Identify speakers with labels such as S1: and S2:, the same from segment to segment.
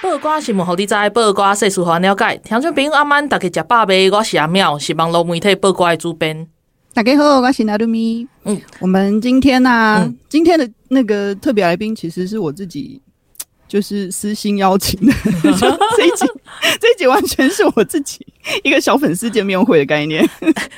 S1: 报瓜新闻，互你知；报瓜世事，互咱了解。听众朋友，阿曼大家食饱未？我是阿妙，是网络媒体报瓜的主编。
S2: 大家好，我是纳鲁咪。
S1: 嗯，
S2: 我们今天呢、
S1: 嗯
S2: 今天的那个特别来宾其实是我自己，就是私心邀请 的。就这一集，这一集完全是我自己一个小粉丝见面会的概念。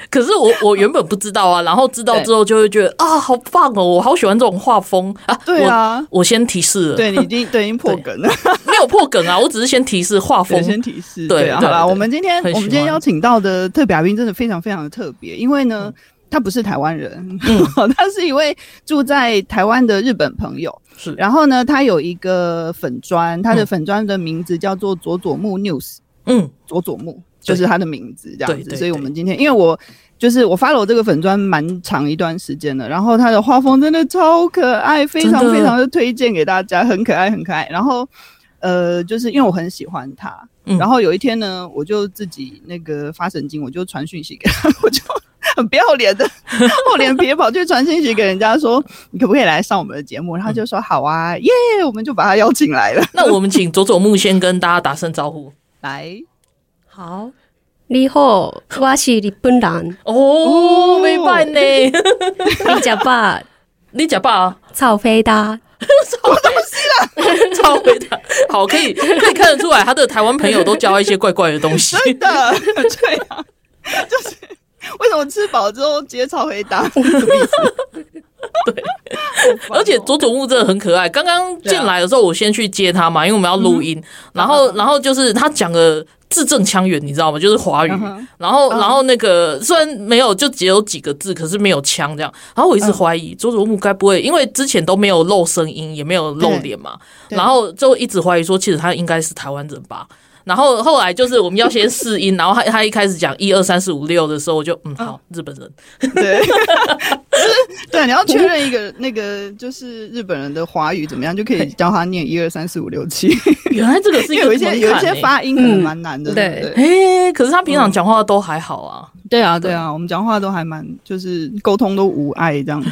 S1: 可是 我我原本不知道啊，然后知道之后就会觉得啊，好棒哦，我好喜欢这种画风啊。
S2: 对啊
S1: 我，我先提示了，
S2: 对你已经对已经破梗了，
S1: 没有破梗啊，我只是先提示画风
S2: 对，。先提示。
S1: 对
S2: 啊，
S1: 对
S2: 好啦，
S1: 对
S2: 我们今天
S1: 很喜欢
S2: 我们今天邀请到的特别来宾真的非常非常的特别，因为呢，
S1: 嗯
S2: 他不是台湾人， 他是一位住在台湾的日本朋友。
S1: 是
S2: 然后呢，他有一个粉砖，他的
S1: 嗯
S2: 粉砖的名字叫做佐佐木 news，
S1: 嗯，
S2: 佐佐木
S1: 对
S2: 就是他的名字这样
S1: 对对
S2: 子。所以我们今天，因为我就是我 follow 这个粉砖蛮长一段时间了，然后他的画风真的超可爱，非常
S1: 真的
S2: 非常的推荐给大家，很可爱很可爱。然后呃，就是因为我很喜欢他，
S1: 嗯
S2: 然后有一天呢，我就自己那个发神经，我就传讯息给他， 我就。很不要脸的 厚脸皮跑去传信息给人家说，你可不可以来上我们的节目？然后他就说好啊，耶、我们就把他邀请来了。
S1: 那我们请佐佐木先跟大家打声招 呼。
S2: 来，
S1: 好，
S3: 你好，我是日本 人
S1: 哦，没办呢，
S2: 哦
S3: 你食饱
S1: 你讲吧 啊。
S3: 臭飞的，
S1: 超回答，好，可以可以看得出来，他的台湾朋友都教他一些怪怪的东 西。
S2: 真的，对啊，就是为什么吃饱之后直接超回 答？什么意思？对，
S1: 而且佐佐木真的很可爱。刚刚
S2: 啊
S1: 进来的时候，我先去接他嘛，因为我们要录
S2: 嗯
S1: 音。然后，然后就是他讲的字正腔圆，你知道吗？就是华语。
S2: 嗯哼
S1: 然后，然后那个虽然没有，就只有几个字，可是没有腔这样。然后我一直怀
S2: 嗯
S1: 疑佐佐木该不会，因为之前都没有露声音，也没有露脸嘛，
S2: 对
S1: 然后就一直怀疑说，其实他应该是台湾人吧。然后后来就是我们要先试音， 然后他他一开始讲一二三四五六的时候，我就嗯好日本人，
S2: 对， 就是对，你要确认一个那个就是日本人的华语怎么样，就可以教他念一二三四五六七，
S1: 原来这个是一
S2: 因
S1: 个
S2: 为 有一些
S1: 门
S2: 有一
S1: 槛
S2: 些
S1: 欸
S2: 发音可能蛮难的，
S3: 嗯
S2: 对不对。
S1: 哎、可是他平常讲话都还好啊。
S2: 对啊，对啊，我们讲话都还蛮，就是沟通都无碍这 样子。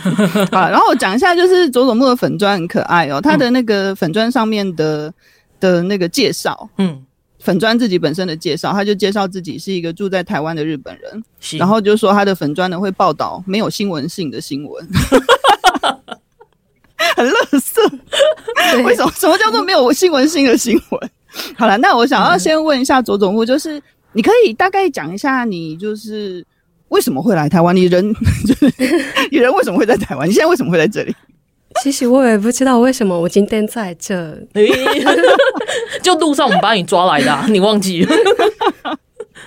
S2: 好，然后我讲一下，就是佐佐木的粉砖很可爱哦，他
S1: 嗯
S2: 的那个粉砖上面的、的那个介绍，
S1: 嗯，
S2: 粉砖自己本身的介绍，他就介绍自己是一个住在台湾的日本人，
S1: 行。
S3: 嗯
S2: 然后就说他的粉砖呢会报道没有新闻性的新闻， 很乐色。
S3: 对
S2: 为什么？什么叫做没有新闻性的新闻？ 好了，那我想要先问一下佐总部，就是你可以大概讲一下你就是为什么会来台湾？你人 就是你人为什么会在台湾？你现在为什么会在这里？
S3: 其实我也不知道为什么我今天在这，
S1: 诶哎 就路上我们把你抓来 的、啊，你忘记了？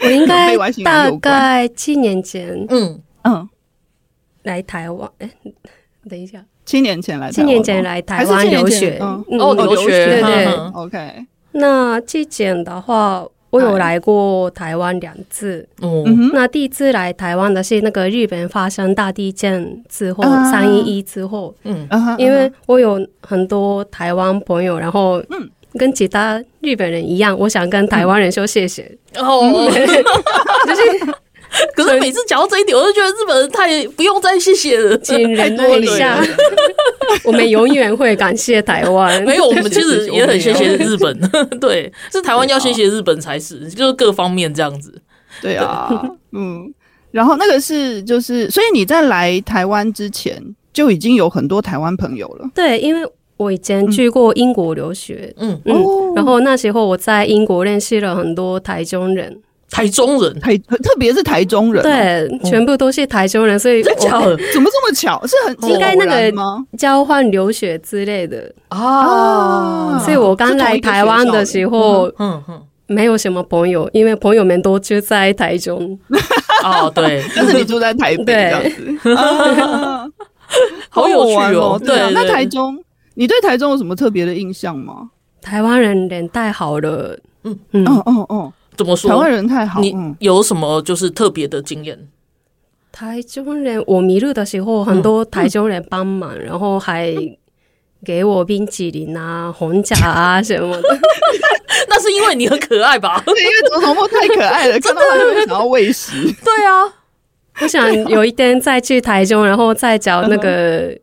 S3: 我应该
S2: 被外星人
S3: 大
S2: 有关
S3: 概七年前
S1: 嗯，
S2: 嗯，
S3: 来台湾，哎，等一下，
S2: 七年前来台
S3: 七
S2: 湾吗，
S3: 年前来台
S2: 还是
S3: 湾
S2: 七年
S3: 留
S2: 前
S3: 学，
S2: 嗯
S3: 嗯
S1: 哦，留学，
S3: 对对
S1: 嗯哼
S2: OK，
S3: 那之前的话，我有来过台湾两次。
S1: 哦，
S2: 嗯哼，
S3: 那第一次来台湾的是那个日本发生大地震之后，
S2: 啊
S3: 三一一之后，
S1: 嗯，
S2: 嗯哼，
S3: 因为我有很多台湾朋友，然后
S2: 嗯
S3: 跟其他日本人一样，我想跟台湾人说谢谢。
S1: 哦，
S3: 就是
S1: 可是每次讲到这一点，我就觉得日本人太不用再谢谢了。
S3: 请忍耐一下，我们永远会感谢台湾。
S1: 没有，我们其实也很谢谢
S2: 我没
S1: 日本， 对，是台湾要谢谢日本才是，就是各方面这样子。
S2: 对 啊，嗯，然后那个是就是，所以你在来台湾之前就已经有很多台湾朋友了。
S3: 对，因为我以前去过英国留学，
S1: 嗯，
S3: 嗯，
S2: 哦
S3: 然后那时候我在英国认识了很多台中人，
S1: 台中人，
S2: 台特别是台中人，，哦
S3: 对，全部都是台中人，所以
S1: 真假
S3: 我
S1: 的
S2: 怎么这么巧？是很
S3: 应该那个
S2: 偶然吗？
S3: 交换留学之类的。
S1: 啊
S3: 所以我刚来台湾的时候，
S1: 嗯嗯，
S3: 没有什么朋友，因为朋友们都住在台中。
S1: 哦，对，
S2: 但是你住在台北
S3: 对
S2: 这样子。啊
S1: 好有趣
S2: 玩
S1: 哦。
S2: 对啊，
S1: 对，
S2: 那
S1: 对
S2: 台中，你对台中有什么特别的印象吗？
S3: 台湾人脸太好了，嗯嗯，
S2: 嗯嗯嗯，
S1: 怎么说？
S2: 台湾人太好，
S1: 你
S2: 嗯
S1: 有什么就是特别的经验？
S3: 台中人我迷路的时候，很多台中人帮忙，然后还给我冰淇淋啊、红茶啊什 么的。
S1: 那是因为你很可爱 吧？
S2: 对，因为总统梦太可爱 了，看到他就会想要喂食。
S1: 对啊，
S3: 我想有一天再去台中，然后再找那个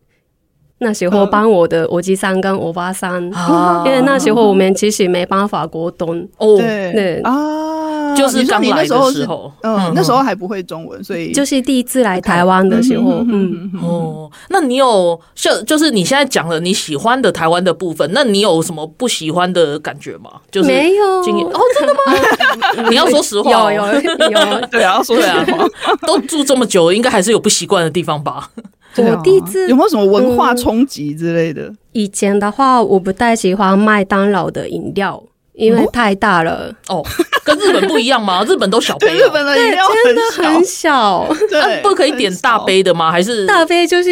S3: 那时候帮我的我吉桑跟我巴桑，
S1: 啊
S3: 因为那时候我们其实没办法沟通。
S1: 哦，
S3: 对
S2: 对啊，
S1: 就是
S2: 你说
S1: 刚
S2: 你那
S1: 来
S2: 时
S1: 的
S2: 候
S1: 时
S2: 是，
S1: 候，
S2: 嗯，那时候还不会中文，所以
S3: 就是第一次来台湾的时候，嗯，
S2: 嗯，
S1: 哦，那你有就就是你现在讲了你喜欢的台湾的部分，那你有什么不喜欢的感觉吗？就是
S3: 没有
S1: 经验哦，真的吗？你要说实话哦，
S3: 有有有，
S2: 对啊，说
S1: 对
S2: 实
S1: 啊
S2: 话，，
S1: 都住这么久，应该还是有不习惯的地方吧？
S2: 对啊
S3: 我第一次
S2: 有没有什么文化冲击之类的？
S3: 以前的话，我不太喜欢麦当劳的饮料，因为太大了，
S1: 哦，跟日本不一样 吗？日本都小
S2: 对，
S1: 杯
S2: 日
S1: 哦、
S2: 本的饮料
S3: 真的
S2: 很
S3: 很
S2: 小，嗯
S3: 小。
S2: 对，
S1: 啊不可以点大杯的吗？还是
S3: 大杯就是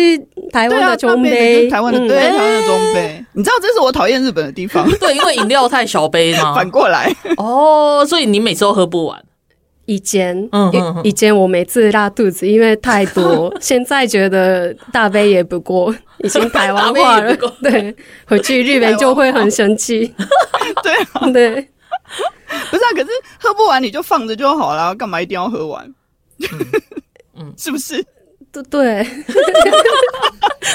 S3: 台
S2: 很少。对
S3: 湾的
S2: 啊，
S3: 中
S2: 大杯就是台湾的
S3: 嗯
S2: 对台湾的中杯，你知道这是我讨厌日本的地方。
S1: 对，因为饮料太小杯嘛
S2: 反。过来，
S1: 哦，所以你每次都喝不完。
S3: 以前
S1: 嗯嗯嗯，
S3: 以以前我每次拉肚子，因为太多，现在觉得大杯也不过，已经台
S1: 大
S3: 湾化
S1: 杯也
S3: 了
S1: 不够。
S3: 对，回去日本就会很生气。
S2: 对啊，
S3: 对，
S2: 不是啊，可是喝不完你就放着就好了，干嘛一定要喝完？嗯， 是不是
S3: 对对，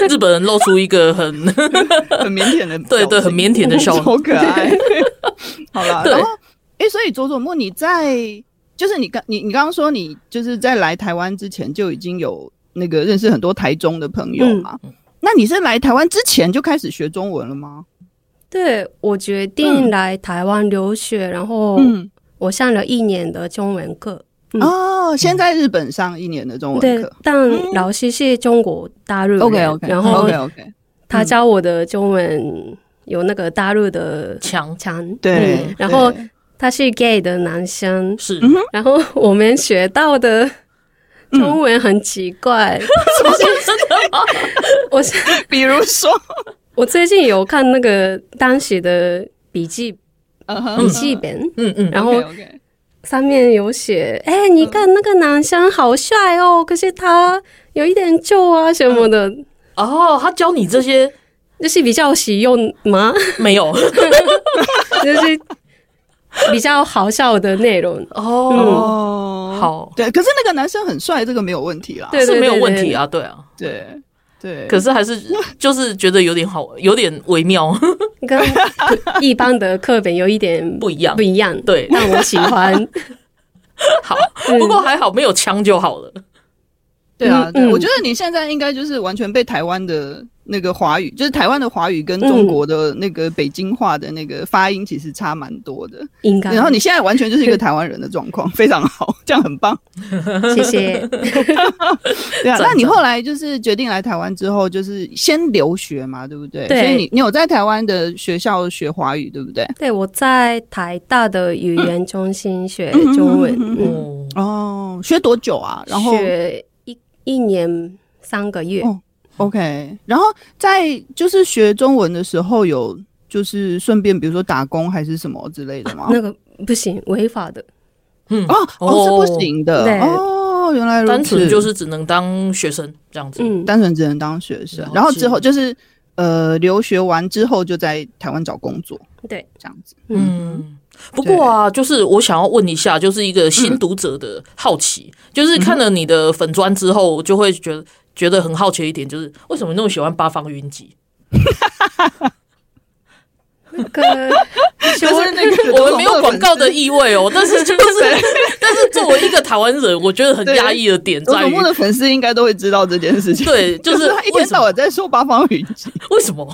S1: 日本人露出一个很
S2: 很腼腆的表情？
S1: 对对很腼腆的笑容
S2: 好可爱。 好了，
S1: 对
S2: 然后哎，诶所以佐佐木你在就是你刚你你刚刚说你就是在来台湾之前就已经有那个认识很多台中的朋友嘛？那你是来台湾之前就开始学中文了吗？
S3: 对我决定来台湾留学，然后
S2: 嗯，
S3: 我上了一年的中文课。嗯
S2: 哦，先在日本上一年的中文
S3: 对
S2: 课。，嗯
S3: 但老师是中国大陆人
S2: OK，OK，
S3: 然后
S2: OK OK，
S3: 他教我的中文有那个大陆的
S1: 强
S3: 强，
S2: 对
S3: 嗯，然后
S2: 对
S3: 他是 gay 的男生，
S1: 是
S3: 然后我们学到的中文很奇怪，
S2: 嗯
S1: 真的吗？
S3: 我是
S2: 比如说，
S3: 我最近有看那个当时的笔记
S2: 嗯哼
S3: 笔记本，
S1: 嗯嗯，
S3: 然后
S2: OK，OK
S3: 上面有写，哎、你看那个男生好帅哦，可是他有一点旧啊什么的，
S1: 哦，他教你这些
S3: 就是比较实用吗？
S1: 没有？
S3: 就是比较好笑的内容。
S1: 哦，
S2: 哦
S1: 好
S2: 对，可是那个男生很帅，这个没有问题啦。
S3: 对
S1: 是
S3: 对
S1: 没有
S3: 对
S1: 问
S3: 对
S1: 题啊，对啊。
S2: 对对，
S1: 可是还是就是觉得有点好，有点微妙
S3: 跟一般的课本有一点
S1: 不一样
S3: 不。一样。
S1: 对
S3: 但我喜欢。
S1: 好，不过还好没有枪就好了。
S2: 对啊，
S3: 嗯
S2: 对
S3: 嗯
S2: 我觉得你现在应该就是完全被台湾的那个华语，就是台湾的华语跟中国的那个北京话的那个发音其实差蛮多的。
S3: 应该。
S2: 然后你现在完全就是一个台湾人的状况，非常好，这样很棒。
S3: 谢谢。
S2: 对啊，
S1: 赞
S2: 那你后来就是决定来台湾之后，就是先留学嘛，对不对？
S3: 对
S2: 所以你你有在台湾的学校学华语，对不对？
S3: 对，我在台大的语言中心学中文，嗯，
S1: 哦，
S2: 哦，学多久啊？然后
S3: 学一一年三个月。
S2: 哦 OK，然后在就是学中文的时候，有就是顺便比如说打工还是什么之类的吗？
S3: 那个不行，违法的。
S1: 嗯，
S2: 哦哦是不行的
S3: 对
S2: 哦，原来如此，
S1: 单纯就是只能当学生这样子。
S3: 嗯，
S2: 单纯只能当学生
S1: 了，解
S2: 然后之后就是呃留学完之后就在台湾找工作
S3: 对，
S2: 这样 子。
S1: 嗯，不过啊，就是我想要问一下，就是一个新读者的好
S2: 嗯
S1: 奇，就是看了你的粉砖之后，我就会觉得觉得很好奇一点，就是为什么你那么喜欢八方云集？
S3: 那 个
S2: 但是那个
S1: 我们没有广告的意味哦，但是 就是，但是作为一个台湾人，我觉得很压抑的点
S2: 佐
S1: 在
S2: 佐
S1: 于
S2: 木，的粉丝应该都会知道这件事情。
S1: 啊对就
S2: 就是 他一
S1: 为
S2: 天
S1: 什么
S2: 到晚在说八方云集，
S1: 为什么？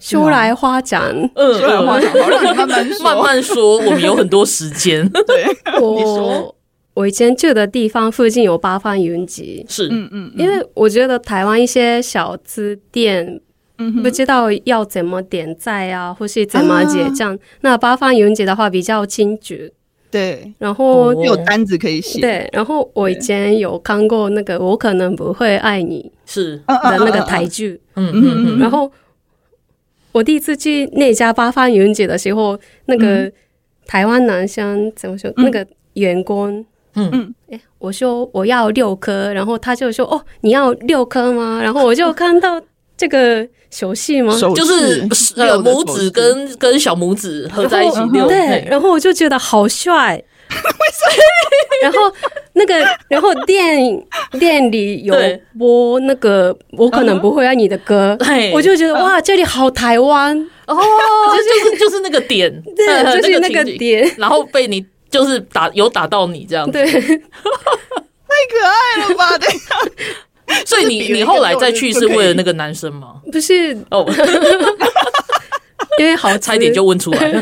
S3: 修来 花展，
S1: 嗯，
S2: 说来嗯话长，好让你慢慢说。
S1: 慢慢说，我们有很多时间，
S2: 对，你说
S3: 我我以前住的地方附近有八方云集，
S1: 是
S2: 嗯嗯，
S3: 因为我觉得台湾一些小吃店
S2: 嗯哼
S3: 不知道要
S2: 啊
S3: 怎么点菜啊，或是怎么结账。那八方云集的话比较清楚，
S2: 对，
S3: 然后
S1: 哦
S2: 有单子可以写。
S3: 对，然后我以前有看过那个《我可能不会爱你
S1: 是，》
S2: 嗯，
S3: 的
S2: 嗯
S3: 那个，
S2: 嗯嗯
S3: 台
S2: 嗯
S3: 剧，
S1: 嗯嗯嗯，
S3: 然后我第一次去那家八方云集的时候，那个
S1: 嗯
S3: 台湾男生怎么说？那个员工，
S1: 嗯
S2: 嗯，
S3: 哎，我说我要六颗，然后他就说哦，你要六颗吗？然后我就看到这个手势吗？
S2: 手
S1: 就是
S2: 势
S1: 呃
S2: 嗯六个
S1: 拇
S2: 手
S1: 指
S2: 势
S1: 跟跟小拇指合在一起
S3: 然后
S1: 六，
S3: 对，然后我就觉得 好帅。为什么？然后那个，然后店店里有
S1: 对嗯
S3: 播那个我可能不会啊爱你的歌
S1: 对，嗯
S3: 我就觉得哇，这里好台湾，
S1: 哦，就是就是那个点， 呃
S3: 对，就是那个
S1: 情景，
S3: 点，
S1: 然后被你就是打有打到你这样子，
S3: 对，
S2: 太可爱了吧？对，
S1: 所以
S2: 就是
S1: 你
S2: 比
S1: 你后来再去是为了
S2: 那
S1: 那个男生吗？
S3: 不是
S1: 哦，
S3: 因为 好
S1: 差一点就问出来了，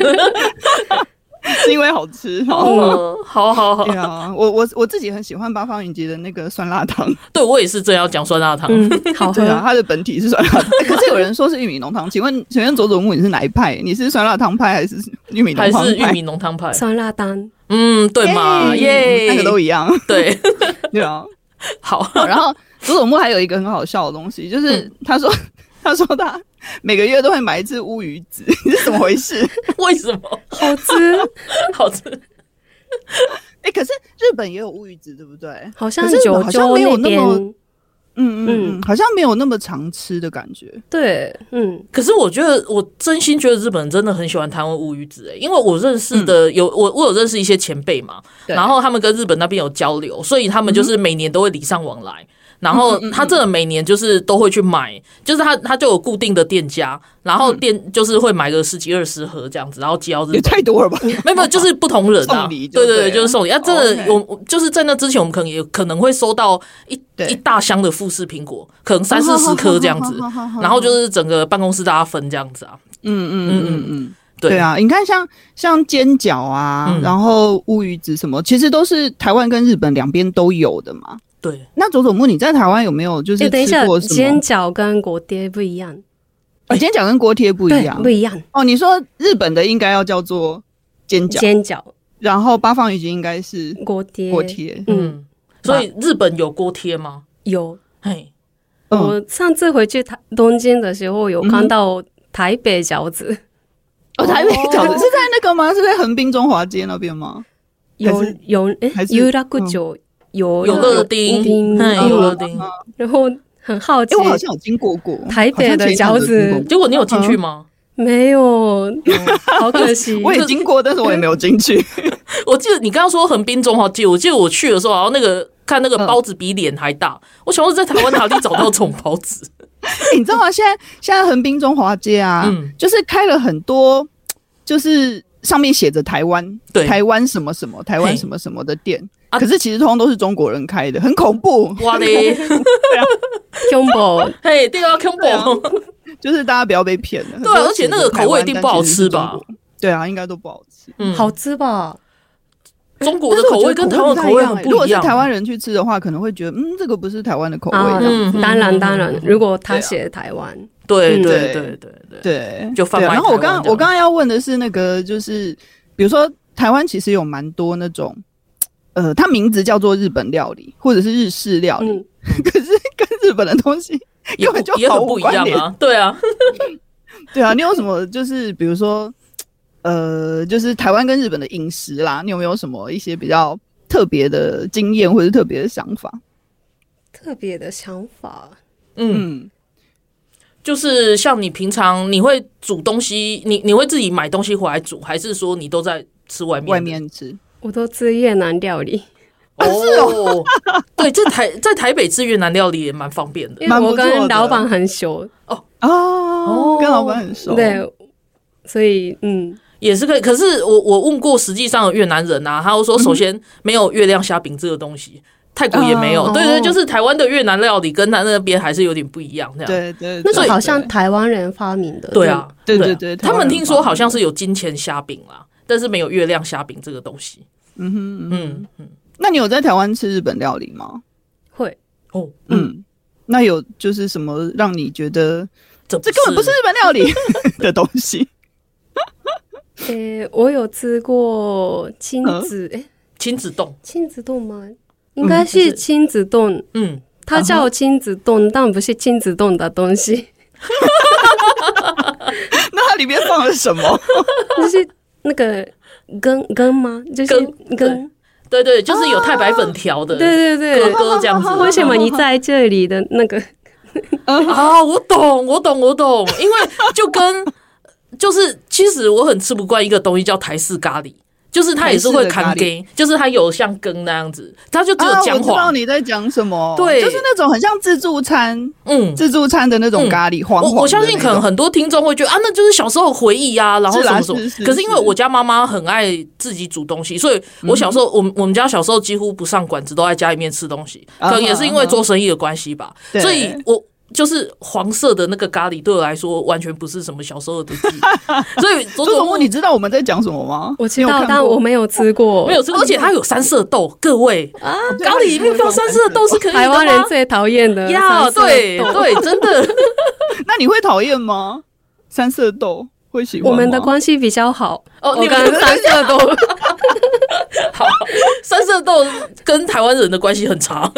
S2: 是因为好吃。
S1: 哦，
S3: 嗯
S1: 好好好
S2: 对，啊，我我我自己很喜欢八方云集的那个酸辣汤，
S1: 对我也是正要讲酸辣汤，
S3: 嗯，好
S2: 对啊，
S3: 喝，
S2: 它的本体是酸辣 汤。可是有人说是玉米浓汤，请问请问佐佐木你是哪一派？你是酸辣汤派还是玉米浓
S1: 还
S2: 汤
S1: 是玉
S2: 派？
S1: 米浓汤派，
S3: 酸辣汤，
S1: 嗯，对嘛，耶，
S2: 三个都一样，
S1: 对，
S2: 对 啊。
S1: 好，
S2: 好然后佐佐木还有一个很好笑的东西，就是
S1: 嗯
S2: 他说、 他说他每个月都会买一只乌鱼子， 你是怎么回事？
S1: 为什么
S3: 好 吃，
S1: 好吃？
S2: 哎、可是日本也有乌鱼子，对不对？
S3: 好像
S2: 可是
S3: 九
S2: 好像
S3: 州
S2: 没有
S3: 那
S2: 那么
S3: 边，
S2: 嗯嗯嗯，好像没有那么常吃的感觉。
S3: 对，嗯，
S1: 可是我觉得，我真心觉得日本人真的很喜欢台湾乌鱼子、欸，因为我认识的有、我，我有认识一些前辈嘛，
S2: 嗯对嗯
S1: 然后他们跟日本那边有交流，所以他们就是每年都会礼尚往来。然后他真的每年就是都会去买，就是他他就有固定的店家，然后店就是会买个十几二十盒这样子，然后寄到日
S2: 嗯也
S1: 本。
S2: 太 多了吧？
S1: 没有没有，就是不同人啊，
S2: 送礼就
S1: 对
S2: 对
S1: 对，
S2: 了哦
S1: 就是送礼。啊，真的，
S2: OK
S1: 我我就是在那之前，我们可能也可能会收到一
S2: 对哦
S1: 一大箱的富士苹果，可能三四十颗这样子， 然后就是整个办公室大家分这样子啊。
S2: 嗯嗯嗯嗯。
S1: 对
S2: 对啊，你看像像煎饺啊，
S1: 嗯
S2: 然后乌鱼子什么，其实都是台湾跟日本两边都有的嘛。
S1: 对，
S2: 那佐佐木，你在台湾有没有就是
S3: 哎，等一下
S2: 吃，过什
S3: 煎
S2: 么？
S3: 饺跟锅贴不一样，
S2: 哦煎饺跟锅贴不一
S3: 对，
S2: 样
S3: 不一样，
S2: 哦。你说日本的应该要叫做煎饺，
S3: 煎饺、
S2: 然后八方鱼应该是
S3: 锅贴、
S2: 锅，贴。
S3: 嗯，
S1: 嗯，所
S2: 啊
S1: 以日本有锅贴吗？
S3: 有。
S1: 嘿，
S2: 嗯，
S3: 我上次回去台东京的时候，有看到台北饺子，
S2: 哦，台北饺子是在那个吗？是在横滨中华街那边吗？
S3: 有
S2: 还是
S3: 有诶
S2: 还，是嗯
S3: 有那个酒，有
S1: 有乐丁，嘿，有乐丁。
S3: 嗯然后很好奇
S2: 哎、，我好像有经过过
S3: 台北的饺子
S1: 结果你有进去吗？
S2: 嗯
S3: 没 有，好可惜。
S2: 我也经过，但是我也没有进去。
S1: 我记得你刚刚说横滨中华街，我记得我去的时候，然后那个看那个
S2: 嗯
S1: 包子比脸还大，我想说在台湾哪里找到这种包子？
S2: 你知道吗？现在现在横滨中华街啊，
S1: 嗯
S2: 就是开了很多，就是上面写着台湾，
S1: 对
S2: 台湾什么什么，台湾
S1: 嘿
S2: 什么什么的店。
S1: 啊
S2: 可是其实通通都是中国人开的，很恐怖。
S1: 哇 嘞，
S3: Combo
S1: 嘿，对啊
S2: 对啊
S1: ，combo，
S2: 就是大家不要被骗了。
S1: 对啊而且那个口味一定不好吃？
S2: 很
S1: 吧
S2: 多写着台湾但其实是中国对啊，应该都不好吃。
S1: 嗯
S3: 好吃吧？
S1: 中国的
S2: 但是
S1: 口
S2: 我觉
S1: 味
S2: 得
S1: 跟台湾的
S2: 不太
S1: 口味很
S2: 一样欸如
S1: 不
S2: 果
S1: 一
S2: 是
S1: 样。
S2: 台湾人去吃的话，可能会觉得，嗯，这个不是台湾的口味。
S3: 啊
S2: 这样
S1: 嗯嗯
S3: 当
S1: 嗯
S3: 然
S1: 嗯
S3: 当然
S1: 嗯，
S3: 如果他写台湾，
S1: 对
S3: 嗯
S1: 对
S2: 对
S1: 对对对，
S2: 对，
S1: 就贩
S2: 对啊
S1: 卖
S2: 然后我
S1: 台湾这
S2: 刚
S1: 样
S2: 我刚刚要问的是那个，就是比如说台湾其实有蛮多那种，呃，它名字叫做日本料理或者是日式料理，
S3: 嗯，
S2: 可是跟日本的东西
S1: 也
S2: 根本就
S1: 不也
S2: 毫
S1: 很
S2: 无
S1: 不一样
S2: 关联
S1: 啊。对啊，
S2: 对啊，你有什么就是比如说，呃，就是台湾跟日本的饮食啦，你有没有什么一些比较特别的经验或者是特别的想法？
S3: 特别的想法，
S1: 嗯，
S2: 嗯，
S1: 就是像你平常你会煮东西，你你会自己买东西回来煮，还是说你都在吃外面的？
S2: 外面啊吃
S3: 我都吃越南料理，
S1: 哦， 对，这台在台北吃越南料理也蛮方便的
S3: 因为
S2: 蛮不
S3: 我
S2: 错的
S3: 跟老板很熟，
S2: 哦，跟老板很熟，
S3: 对，所以嗯，
S1: 也是可以。可是我我问过实际上的越南人啊，他就说首先没有月亮虾饼这个东西。泰国也没有，
S2: 哦
S1: 对对，就是台湾的越南料理跟他那边还是有点不一样，这样。
S2: 对对，
S3: 那
S2: 对
S3: 个好像
S2: 对
S3: 台湾人发明的，
S1: 对啊，
S2: 对
S1: 对
S2: 对
S1: 啊
S2: 对台
S1: 他
S2: 湾
S1: 们
S2: 人
S1: 听
S2: 发
S1: 说
S2: 明
S1: 好像是有金钱虾饼啦，但是没有月亮虾饼这个东西。
S2: 嗯哼嗯哼。
S1: 嗯嗯
S2: 那你有在台湾吃日本料理吗？
S3: 会
S1: 哦，
S2: 嗯，那有就是什么让你觉得
S1: 这
S2: 这根本不是日本料理的东西？
S3: 诶、我有吃过亲子，诶、
S1: 亲子冻，
S3: 亲子冻吗？应该是亲子冻，
S1: 嗯，
S3: 它叫亲子冻，但不是亲子冻的东西，
S2: 那它里面放了什么？
S3: 就是那个羹羹吗？就是
S1: 羹
S3: 羹，
S1: 对对，就是有太白粉条
S2: 哦
S1: 的，
S3: 对对对
S1: 哥。哥这 样子。
S3: 为什么你在这里的那个？
S1: 啊，我懂，我懂，我懂，因为就跟就是，其实我很吃不惯一个东西叫台式咖喱，就是它也是会
S2: 台式的咖
S1: 砍
S2: 喱
S1: 根，就是它有像根那样子，它 就只有
S2: 啊，我
S1: 姜
S2: 知道
S1: 黄，
S2: 你在讲什么，
S1: 对
S2: 就是那种很像自助餐、
S1: 嗯。
S2: 自助餐的那种
S1: 嗯
S2: 咖喱，黄
S1: 我
S2: 黄的
S1: 我相信
S2: 那
S1: 可能
S2: 种
S1: 很多听众会觉得啊，那就是小时候回忆啊，然后
S2: 是
S1: 什
S2: 啦
S1: 么什么。
S2: 是是
S1: 可是因为
S2: 是
S1: 我家妈妈很爱自己煮东西，所以我小时候，我们我们家小时候几乎不上馆子，都在家里面吃东西。可
S2: 啊哈
S1: 能也是因为
S2: 啊哈
S1: 做生意的关系吧，
S2: 对
S1: 所以我。就是黄色的那个咖喱，对我来说完全不是什么小时候的记 忆。所以佐
S2: 朱
S1: 佐
S2: 总
S1: 木
S2: 木，你知 道我们在讲什么吗？
S3: 我知
S2: 你有
S3: 道，
S2: 看
S3: 但
S2: 过
S3: 我没有吃过。
S1: 哦没有吃过，而且它有三色豆。各位，
S2: 啊对
S1: 咖喱面包三色豆是可以的吗
S3: 台湾人最讨厌的
S1: 呀，
S3: 三色豆
S1: 对对，真的。
S2: 那你会讨厌吗？三色豆会喜欢吗
S3: 我们的关系比较好。
S1: 哦
S3: 我
S1: 你
S3: 跟
S1: 们
S3: 三色豆，
S1: 好，三色豆跟台湾人的关系很长。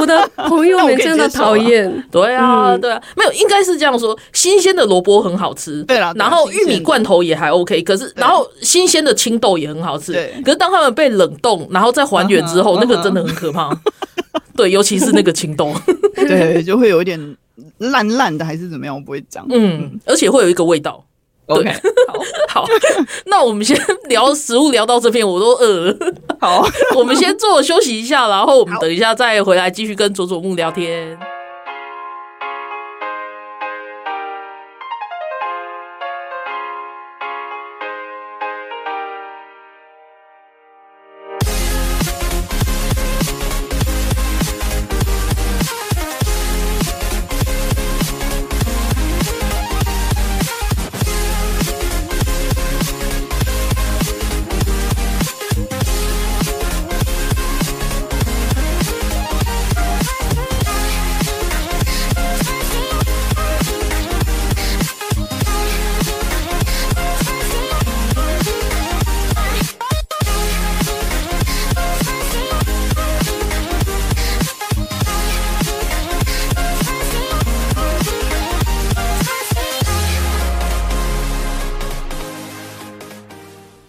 S3: 我的朋友们真的讨厌。
S1: 对啊，对啊，没有，应该是这样说。新鲜的萝卜很好吃，
S2: 对啦对啦
S1: 然后
S2: 新
S1: 玉
S2: 鲜的
S1: 米罐头也还 OK，可是然后新鲜的青豆也很好吃
S2: 对，
S1: 可是当他们被冷冻，然后再还原之后，
S2: 嗯
S1: 那
S2: 哼
S1: 个真的很可怕。 对，尤其是那个青 豆，
S2: 对就会有一点烂烂的，还是怎么样？我不会讲。
S1: 嗯，而且会有一个味道。
S2: OK，
S1: 好，那我们先聊食物，聊到这边我都饿了。
S2: 好，
S1: 我们先做休息一下，然后我们等一下再回来继续跟佐佐木聊天。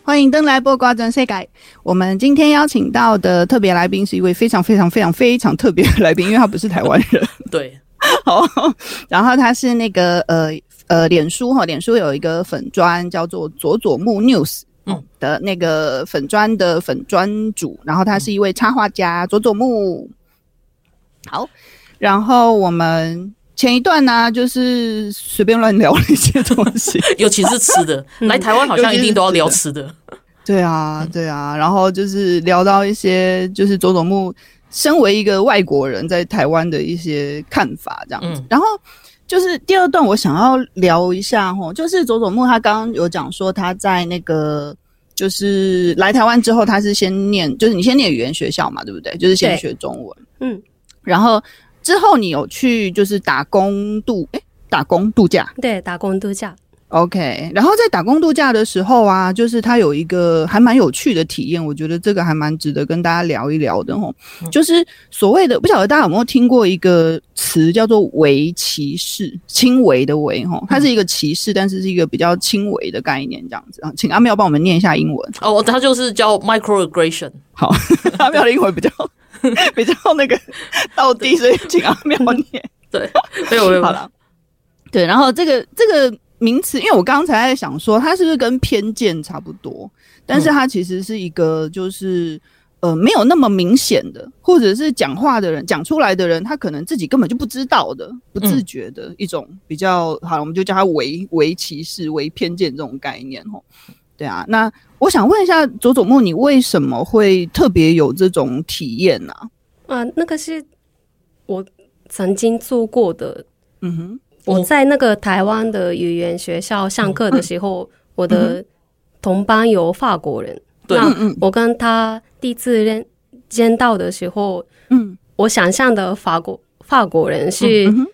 S2: 欢迎登来播瓜转世改。我们今天邀请到的特别来宾是一位非常非常非常非常特别的来宾，因为他不是台湾人。
S1: 对，
S2: 好，然后他是那个呃呃，脸书哈，脸书有一个粉砖叫做佐佐木 news。
S1: 嗯
S2: 的那个粉砖的粉砖主，然后他是一位插画家佐佐木。好，然后我们前一段呢、就是随便乱聊了一些东西。
S1: 尤其是吃的，来台湾好像一定都要聊吃的。
S2: 对
S3: 嗯
S2: 啊，对啊，然后就是聊到一些，就是佐佐木身为一个外国人在台湾的一些看法这样子。
S1: 嗯
S2: 然后就是第二段，我想要聊一下吼，就是佐佐木他刚刚有讲说他在那个就是来台湾之后，他是先念，就是你先念语言学校嘛，对不对？就是先
S3: 对
S2: 学中文，
S3: 嗯，
S2: 然后之后你有去就是打工度，诶，打工度假，
S3: 对，打工度假。
S2: OK，然后在打工度假的时候啊，就是他有一个还蛮有趣的体验，我觉得这个还蛮值得跟大家聊一聊的吼。就是所谓的，不晓得大家有没有听过一个词叫做“微歧视”，轻微的微吼，它是一个歧视，但是是一个比较轻微的概念，这样子啊。请阿妙帮我们念一下英文，
S1: 哦，它就是叫 microaggression。
S2: 好，阿妙的英文比较 比较那个到地，所以请阿妙念。
S1: 对，没有没有，
S2: 好了，对，然后这个这个名词，因为我刚才在想说，它是不是跟偏见差不多？但
S3: 嗯
S2: 是它其实是一个就是。呃，没有那么明显的，或者是讲话的人讲出来的人，他可能自己根本就不知道的、不自
S3: 嗯
S2: 觉的一种比较，好，我们就叫他为为歧视、为偏见这种概念，吼。对啊，那我想问一下佐佐木，你为什么会特别有这种体验呢、啊？
S3: 啊，那个是我曾经做过的。
S2: 嗯哼，
S1: 哦
S3: 我在那个台湾的语言学校上课的时候，
S1: 嗯
S3: 我的同班有法国人。
S1: 对
S3: 那
S2: 嗯
S3: 我跟他第一次认见到的时候，
S2: 嗯
S3: 我想象的法国法国人是
S2: 嗯哼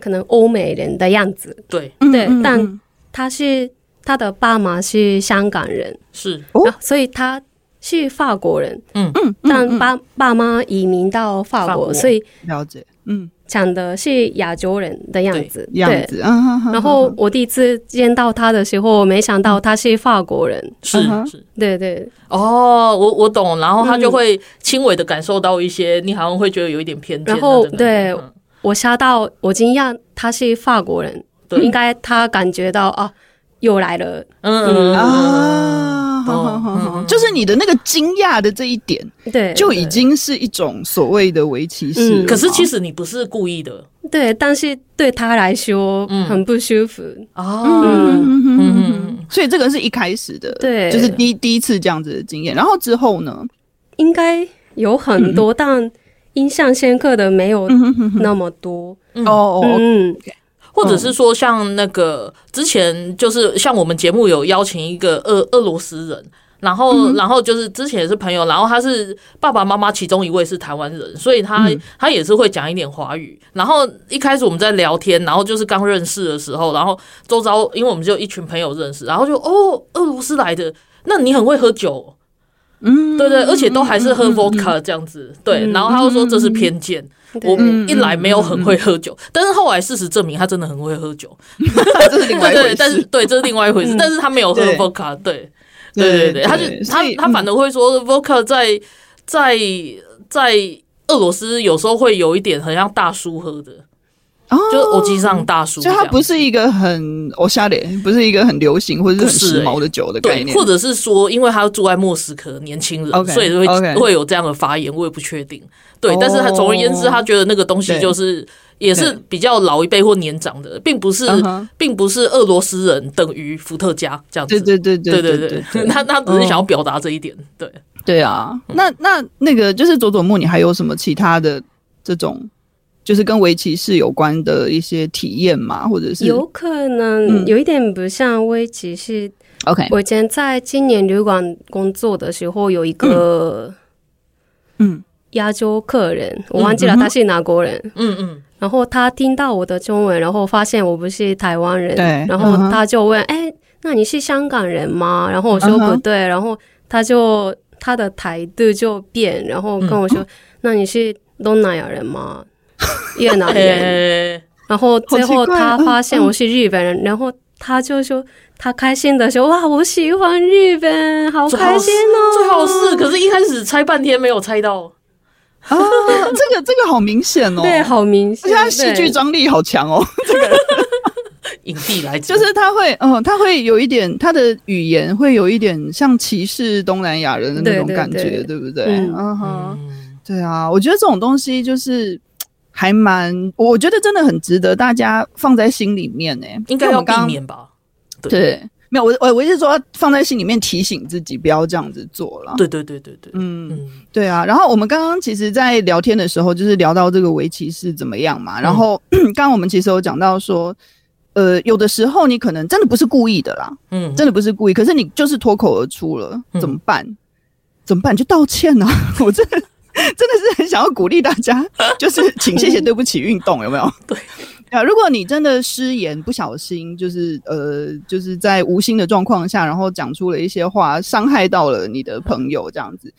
S3: 可能欧美人的样子，
S1: 对，
S2: 嗯
S3: 对
S2: 嗯
S3: 但
S2: 嗯
S3: 他是他的爸妈是香港人，
S1: 是
S2: 哦
S3: 然后所以他是法国人，
S1: 嗯
S3: 嗯，但爸爸妈移民到法
S1: 法
S3: 国，
S1: 国
S3: 所以
S2: 了解，嗯，
S3: 讲的是亚洲人的样子，
S2: 样
S3: 对。
S2: 子，嗯哼哼，
S3: 然后我第一次见到他的时候，没想到他是法国人，
S1: 是
S2: 嗯哼
S1: 是，
S3: 对对，
S1: 哦，我我懂，然后他就会轻微的感受到一些，你好像会觉得有一点偏见啊的
S3: 然
S1: 嗯
S3: 后
S1: 那种感觉，
S3: 对我吓到，我惊讶他是法国人，
S1: 对
S3: 应该他感觉到啊，又来了，
S1: 嗯嗯嗯
S2: 啊，好好好好，
S1: 嗯
S2: 就是你的那个惊讶的这一点，
S3: 对，
S2: 就已
S3: 对
S2: 经是一种所谓的围棋式了
S3: 嗯
S2: 嘛。
S1: 可是其实你不是故意的
S3: 对，但是对他来说
S1: 嗯
S3: 很不舒服，
S1: 哦，
S2: 嗯，嗯嗯嗯
S1: 嗯，
S2: 所以这个是一开始的，
S3: 对
S2: 就是第一第一次这样子的经验。然后之后呢，
S3: 应该有很
S2: 嗯
S3: 多，但印象深刻的没有那么多。
S1: 嗯
S2: 哦哦，
S3: 嗯，
S1: 或者是说像那个之前就是像我们节目有邀请一个俄俄罗斯人。然后，然后就是之前也是朋友，然后他是爸爸妈妈其中一位是台湾人，所以他、他也是会讲一点华语。然后一开始我们在聊天，然后就是刚认识的时候，然后周遭因为我们就一群朋友认识，然后就哦，俄罗斯来的，那你很会喝酒哦，
S2: 嗯，
S1: 对对，而且都还是喝 vodka 这样子，对。然后他就说这是偏见，
S3: 对
S1: 我
S2: 嗯
S1: 一来没有很会喝酒，但是后来事实证明他真的很会喝酒，
S2: 这是另外
S1: 对
S2: 一
S1: 对，
S2: 回事。嗯
S1: 但是对这是另外一回事，但是他没有喝
S2: 对
S1: vodka，对
S2: 对
S1: 对对
S2: 对
S1: 对，他就
S2: 对
S1: 他
S2: 所以嗯
S1: 他反而会说 vodka 在在在俄罗斯有时候会有一点很像大叔喝的，
S2: 哦
S1: 就是欧基上大叔这
S2: 所以
S1: 样，
S2: 它不是一个很我瞎脸，不是一个很流行或者是很
S1: 不是
S2: 时
S1: 欸
S2: 髦的酒的概
S1: 对，
S2: 念，
S1: 或者是说，因为他住在莫斯科，年轻人
S2: OK，
S1: 所以会
S2: OK
S1: 会有这样的发言，我也不确定。对
S2: 哦
S1: 但是他总而言之，他觉得那个东西
S2: 对
S1: 就是也是
S2: 对
S1: 比较老一辈或年长的，并不是、
S2: 嗯哼
S1: 并不是俄罗斯人等于伏特加这样子。
S2: 对对对对
S1: 对对
S2: 对对对哦
S1: 他他只是想要表达这一点。对，
S2: 对啊。
S3: 嗯
S2: 那那那个就是佐佐木，你还有什么其他的这种？就是跟围棋是有关的一些体验嘛，或者是
S3: 有可能
S2: 嗯哎
S3: 有一点不像威奇，是
S2: OK，
S3: 我以前在青年旅馆工作的时候，有一个
S2: 嗯，
S3: 亚洲客人，我忘记了他是哪国人，
S1: 嗯嗯，
S3: 然后他听到我的中文，然后发现我不是台湾人
S2: 对，
S3: 然
S2: 嗯
S3: 后
S2: 哼
S3: 他就问：“哎、那你是香港人吗？”然后我说
S2: 嗯哼
S3: 不对，然后他就他的态度就变，然后跟
S2: 嗯
S3: 我说：“那你是东南亚 人吗？越南人？”
S1: 诶，
S3: 然后最
S2: 好
S3: 后
S2: 奇怪
S3: 他
S2: 嗯
S3: 发现我是日本人，然后他就说他开心的说：“哇，我喜欢日本，好
S1: 最好
S3: 开
S1: 是
S3: 心哦！”
S1: 最好是，可是一开始猜半天没有猜到。
S2: 啊，这个这个好明显哦，
S3: 对，好明
S2: 而
S3: 显，
S2: 且他戏剧
S3: 对
S2: 张力好强哦，
S1: 影帝来自
S2: 就是他会，嗯，他会有一点，他的语言会有一点像歧视东南亚人的那种
S3: 对对
S2: 感觉，
S3: 对
S2: 不对？
S3: 嗯
S2: 嗯哼，
S1: 嗯
S2: 对啊，我觉得这种东西就是还蛮，我觉得真的很值得大家放在心里面呢、
S1: 应该
S2: 因为
S1: 要
S2: 我
S1: 避
S2: 刚刚
S1: 免吧？
S2: 对，没有我我我一直说要放在心里面提醒自己不要这样子做了。
S1: 对对对对对，
S2: 哦嗯，
S1: 嗯
S2: 对啊，然后我们刚刚其实，在聊天的时候，就是聊到这个围棋是怎么样嘛。然后、 刚刚我们其实有讲到说，呃，有的时候你可能真的不是故意的啦，
S1: 嗯，
S2: 真的不是故意，可是你就是脱口而出了，
S1: 嗯
S2: 怎么办？怎么办？就道歉啊！ 我真的真的是很想要鼓励大家， 就是请谢谢对不起运动有没 有？对啊，如果你真的失言，不小心就是呃，就是在无心的状况下，然后讲出了一些话，伤害到了你的朋友，这样子。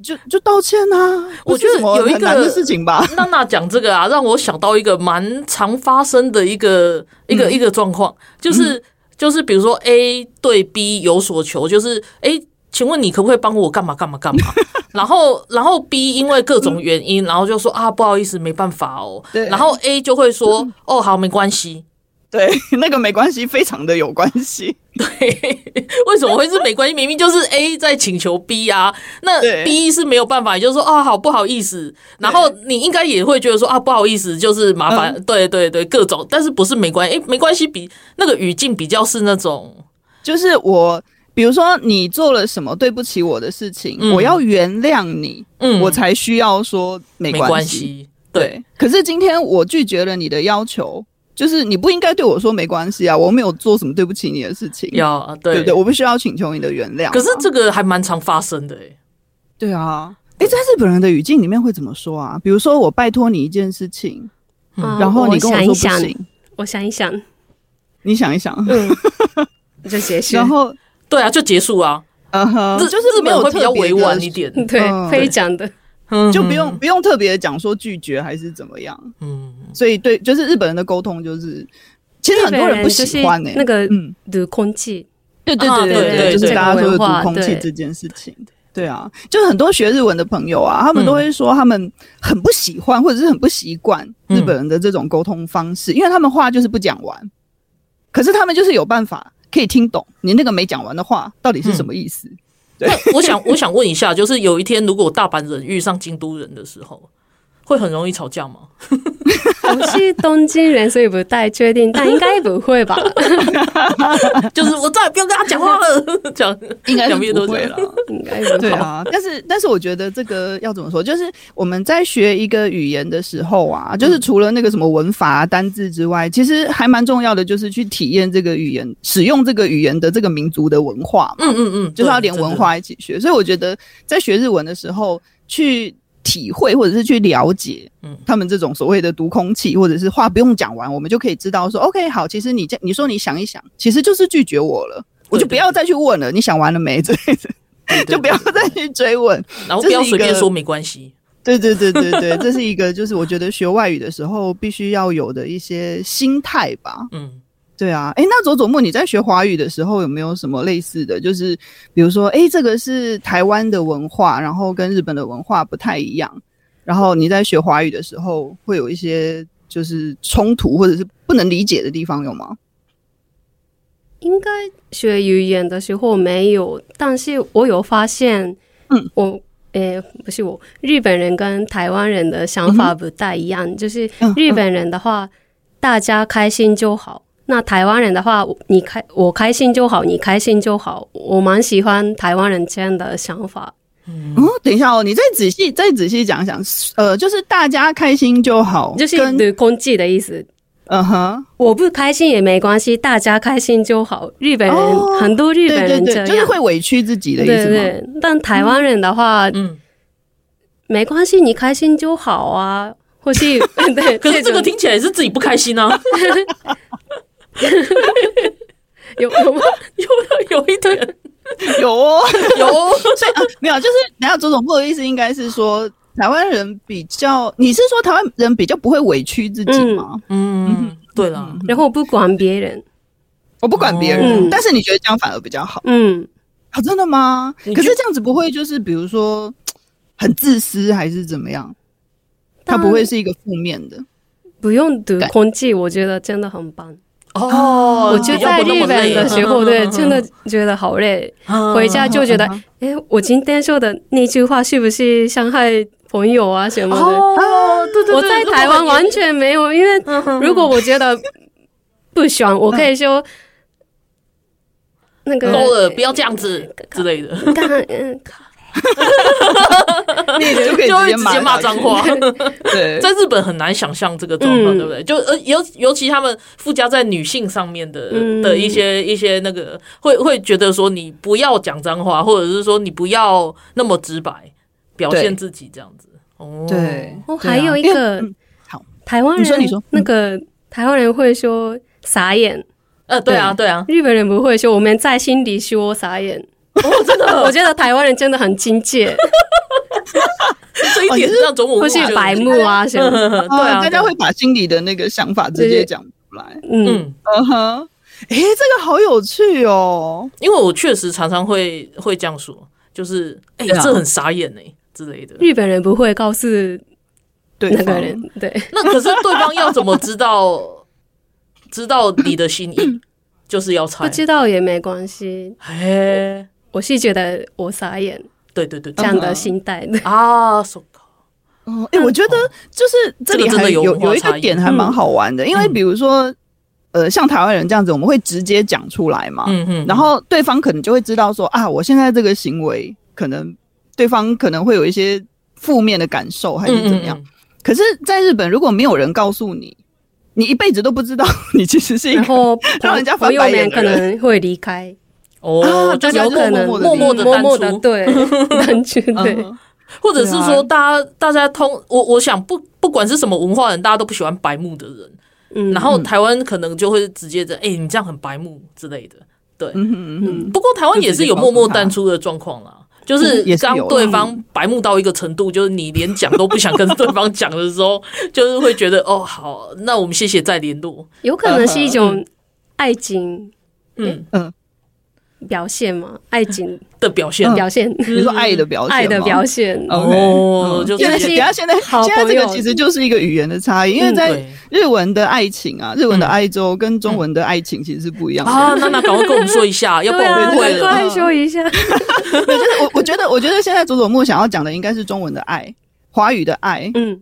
S2: 就就道歉啊！
S1: 我觉得
S2: 不是什么
S1: 有一个
S2: 很难的事情吧，
S1: 娜娜讲这个啊，让我想到一个蛮常发生的一个一个、一个状况，就是、就是比如说 A 对 B 有所求，就是诶，请问你可不可以帮我干嘛干嘛干嘛？ 然后然后 B 因为各种原因，然后就说啊不好意思，没办法哦。
S2: 对
S1: 然后 A 就会说哦好没关系。
S2: 对，那个没关系，非常的有关系。
S1: 为什么会是没关系？明明就是 A 在请求 B 啊，那
S2: 对
S1: B 是没有办法，也就是说啊，好不好意思，然后你应该也会觉得说啊，不好意思，就是麻烦，
S2: 嗯
S1: 对对对，各种，但是不是没关系？诶，没关系，比那个语境比较是那种，
S2: 就是我，比如说你做了什么对不起我的事情，
S1: 嗯
S2: 我要原谅你，
S1: 嗯，
S2: 我才需要说没
S1: 没
S2: 关
S1: 关
S2: 系。
S1: 系，对，
S2: 可是今天我拒绝了你的要求，就是你不应该对我说没关系啊，我没有做什么对不起你的事情，
S1: 要
S2: 对
S1: 对
S2: 不对？。我必须要请求你的原谅啊。
S1: 可是这个还蛮常发生的、诶，
S2: 对啊，诶，在日本人的语境里面会怎么说啊？比如说我拜托你一件事情，
S3: 啊
S2: 然后你跟
S3: 想
S2: 我说
S3: 一
S2: 不
S3: 想，
S2: 行，
S3: 我想一想，
S2: 你想一想，
S3: 嗯，就结束。
S2: 然后
S1: 对啊，就结束啊。
S2: 嗯哼，
S1: 日
S2: 就是
S1: 日
S2: 没
S1: 本
S2: 有
S1: 会比较
S2: 特别
S1: 委
S2: 的
S1: 婉一，点，
S3: 对
S2: 嗯，
S3: 可以讲的。
S1: 嗯
S2: 就不用不用特别讲说拒绝还是怎么样。
S1: 嗯，
S2: 所以对，就是日本人的沟通就是，其实很多
S3: 日本
S2: 人
S3: 人
S2: 不
S3: 就是
S2: 喜欢呢、
S3: 那个
S2: 嗯，
S3: 的空气，
S2: 对对
S1: 啊
S2: 对
S1: 对对
S2: 就是
S1: 对
S2: 大家
S3: 这
S2: 说的
S3: 个文
S2: 读
S3: 化
S2: 空气
S3: 对
S2: 这件事情。对啊，就是很多学日文的朋友啊，他们都会说他们很不喜欢或者是很不习惯
S1: 嗯
S2: 日本人的这种沟通方式，因为他们话就是不讲完，可是他们就是有办法可以听懂你那个没讲完的话到底
S1: 嗯
S2: 是什么意思。
S1: 那我想我想问一下，就是有一天如果大阪人遇上京都人的时候，会很容易吵架吗？
S3: 我是东京人，所以不太确定，但应该不会吧？
S1: 就是我再也不用跟他讲话 了，讲
S2: 应该是
S1: 两边都
S2: 不会
S1: 这
S2: 啊了
S1: 样。。
S3: 应该 不
S2: 对
S3: 会。
S2: 啊，但是但是我觉得这个要怎么说，就是我们在学一个语言的时候啊，就是除了那个什么文法、啊、单字之外，其实还蛮重要的，就是去体验这个语言，使用这个语言的这个民族的文化嘛，
S1: 嗯嗯嗯，
S2: 就是要
S1: 对
S2: 连文，化一起学。所以我觉得在学日文的时候，去体会或者是去了解，
S1: 嗯
S2: 他们这种所谓的读空气，或者是话不用讲完，我们就可以知道说，OK，好，其实你这你说你想一想，其实就是拒绝我了。我就
S1: 对对
S2: 不要再去问了，你想完了没之类的，
S1: 真的
S2: 就不要再去追问。
S1: 然后
S2: 这
S1: 不
S2: 是
S1: 要
S2: 一
S1: 随便
S2: 个
S1: 说没关系。
S2: 对对对对对，这是一个就是我觉得学外语的时候必须要有的一些心态吧。
S1: 嗯，
S2: 对啊，诶，那佐佐木你在学华语的时候有没有什么类似的？就是比如说，诶，这个是台湾的文化，然后跟日本的文化不太一样，然后你在学华语的时候会有一些就是冲突或者是不能理解的地方有吗？
S3: 应该学语言的时候没有，但是我有发现，
S2: 嗯，
S3: 我诶、不是我，日本人跟台湾人的想法不太一样，就是
S2: 嗯
S3: 日本人的话，大家开心就好。那台湾人的话，我你开我开心就好，你开心就好。我蛮喜欢台湾人这样的想法。嗯
S2: 哦，等一下哦，你再仔细再仔细讲讲，呃，就是大家开心就好，
S3: 就是
S2: 跟
S3: 对空气的意思。
S2: 嗯哼，
S3: 我不开心也没关系，大家开心就好。日本人、
S2: 哦
S3: 很多日
S2: 对
S3: 本
S2: 对
S3: 人这
S2: 对，
S3: 样，
S2: 就是会委屈自己的意思吗？
S3: 对对，但台湾人的话，
S1: 嗯，
S3: 没关系，你开心就好啊。或是对，
S1: 可是这
S3: 种
S1: 个听起来是自己不开心啊，
S3: 有有吗？
S1: 有有一点
S2: 有哦，
S1: 有哦，
S2: 所以、啊、没有，就是等下左总部的意思应该是说，台湾人比较，你是说台湾人比较不会委屈自己吗？
S1: 嗯，对啦，
S3: 然后不管别人，
S2: 我不管别人，
S1: 哦
S3: 嗯
S2: 但是你觉得这样反而比较好
S3: 嗯，
S2: 啊？真的吗？
S1: 你
S2: 可
S1: 觉
S2: 是这样子不会就是比如说很自私还是怎么样？它
S3: 当
S2: 不会是一个负面的
S3: 不用读
S2: 对
S3: 空气，我觉得真的很棒。
S1: 哦，
S3: 我就
S1: 比较
S3: 在
S1: 不那
S3: 日
S1: 么累
S3: 本的时 候，对，真的
S1: 嗯
S3: 觉得好累，
S1: 嗯
S3: 回家就觉得，哎，我今天说的那句话是不是伤害朋友啊什么的？
S1: 哦，对对对，
S3: 我在台湾完全没有，因为
S2: 嗯
S3: 如果我觉得不爽，我可以说那个
S1: 够了，不要这样子之类的，
S3: 干
S2: 啊
S3: 嗯靠
S2: 就 可以
S1: 就会
S2: 接
S1: 直接
S2: 骂
S1: 骂
S2: 下
S1: 脏
S2: 去
S1: 话。
S2: 对，
S1: 在日本很难想象这个状况，
S3: 嗯
S1: 对不对？就呃，尤尤其他们附加在女性上面的
S3: 嗯
S1: 的一些一些那个，会会觉得说你不要讲脏话，或者是说你不要那么直白表现自己这样子。哦，
S2: 对，
S3: 哦，还有一
S2: 因为
S3: 个
S2: 嗯好
S3: 台湾
S2: 你
S3: 人，
S2: 说你嗯说
S3: 那个台湾人会说傻眼，
S1: 呃，对啊， 对啊，
S3: 日本人不会说，我们在心里说傻眼。哦，真 的，我觉得台湾人真的很亲 切，
S1: 这一点让总母
S3: 或是白目， 啊什么，
S1: 嗯对啊，
S2: 哦大
S1: 对
S2: 家
S1: 啊
S2: 会把心里的那个想法直接讲出来。
S3: 嗯，
S1: 嗯，
S2: 嗯哼，诶，这个好有趣哦。
S1: 因为我确实常常会会这样说，就是哎，
S2: 对啊
S1: 这很傻眼哎之类的。
S3: 日本人不会告诉
S2: 对
S3: 那
S2: 方，
S3: 个人，对，
S1: 那可是对方要怎么知道知道你的心意？ 就是要
S3: 不
S1: 猜，
S3: 知道也没关系。
S1: 哎，
S3: 我是觉得我傻眼
S1: 对对对，
S3: 这
S1: 对
S3: 样的心态，
S1: 啊，so
S2: 哦，哎、我觉得就是这里
S1: 这个真
S2: 还
S1: 的有
S2: 有
S1: 文化
S2: 有一
S1: 差
S2: 个
S1: 异嗯
S2: 点还蛮好玩的，因为比如说，呃，像台湾人这样子，我们会直接讲出来嘛，
S1: 嗯嗯，
S2: 然后对方可能就会知道说啊，我现在这个行为，可能对方可能会有一些负面的感受还是怎么样。
S1: 嗯？嗯嗯
S2: 可是，在日本，如果没有人告诉你，你一辈子都不知道 你其实是一
S3: 然
S2: 个。
S3: 后
S2: 让人家
S3: 朋
S2: 翻
S3: 友
S2: 白眼
S3: 们
S2: 的
S3: 可
S2: 人
S3: 能会离开，呃
S1: 哦，
S2: 啊
S1: 就
S2: 大
S1: 是
S2: 家
S3: 有
S2: 就
S3: 可能
S1: 默默的
S3: 默默的
S1: 淡出，
S3: 对，啊 淡出对。
S2: 嗯
S1: 或者是
S2: 对
S1: 说
S2: 啊
S1: 大家大家通我我想不不管是什么文化人，大家都不喜欢白目的人，
S3: 嗯
S1: 然后台湾可能就会直接的，哎，你这样很白目之类的对，
S3: 嗯，
S1: 不过台湾也是有默默淡出的状况啦，就是
S2: 也是
S1: 当
S2: 有啦
S1: 对方白目到一个程度，就是你连讲都不想跟对方讲的时候，就是会觉得哦，好，那我们谢谢再联络。
S3: 有可能是一种爱情
S1: 嗯
S3: 表现嘛，爱情
S1: 的表现
S3: 表现，
S2: 比
S1: 嗯
S2: 如说爱的表现吗，
S3: 爱的表现，
S2: OK，
S1: 哦，
S2: 嗯
S1: 就
S2: 现在
S3: 是
S2: 现在现在
S3: 好
S2: 现在这
S3: 朋
S2: 个
S3: 友
S2: 其实就是一个语言的差异，因为
S1: 嗯
S2: 在
S1: 对
S2: 日文的爱情啊，日文的
S1: 嗯
S2: 爱州跟中文的爱情其实是不一样的。
S1: 啊，娜娜赶快跟我们说一 下，要不
S3: 对
S1: 然
S3: 啊，
S1: 我误会
S3: 赶
S1: 了。
S3: 快说一下，
S2: 我我觉得我觉得现在佐佐木想要讲的应该是中文的爱，华语的爱，
S3: 嗯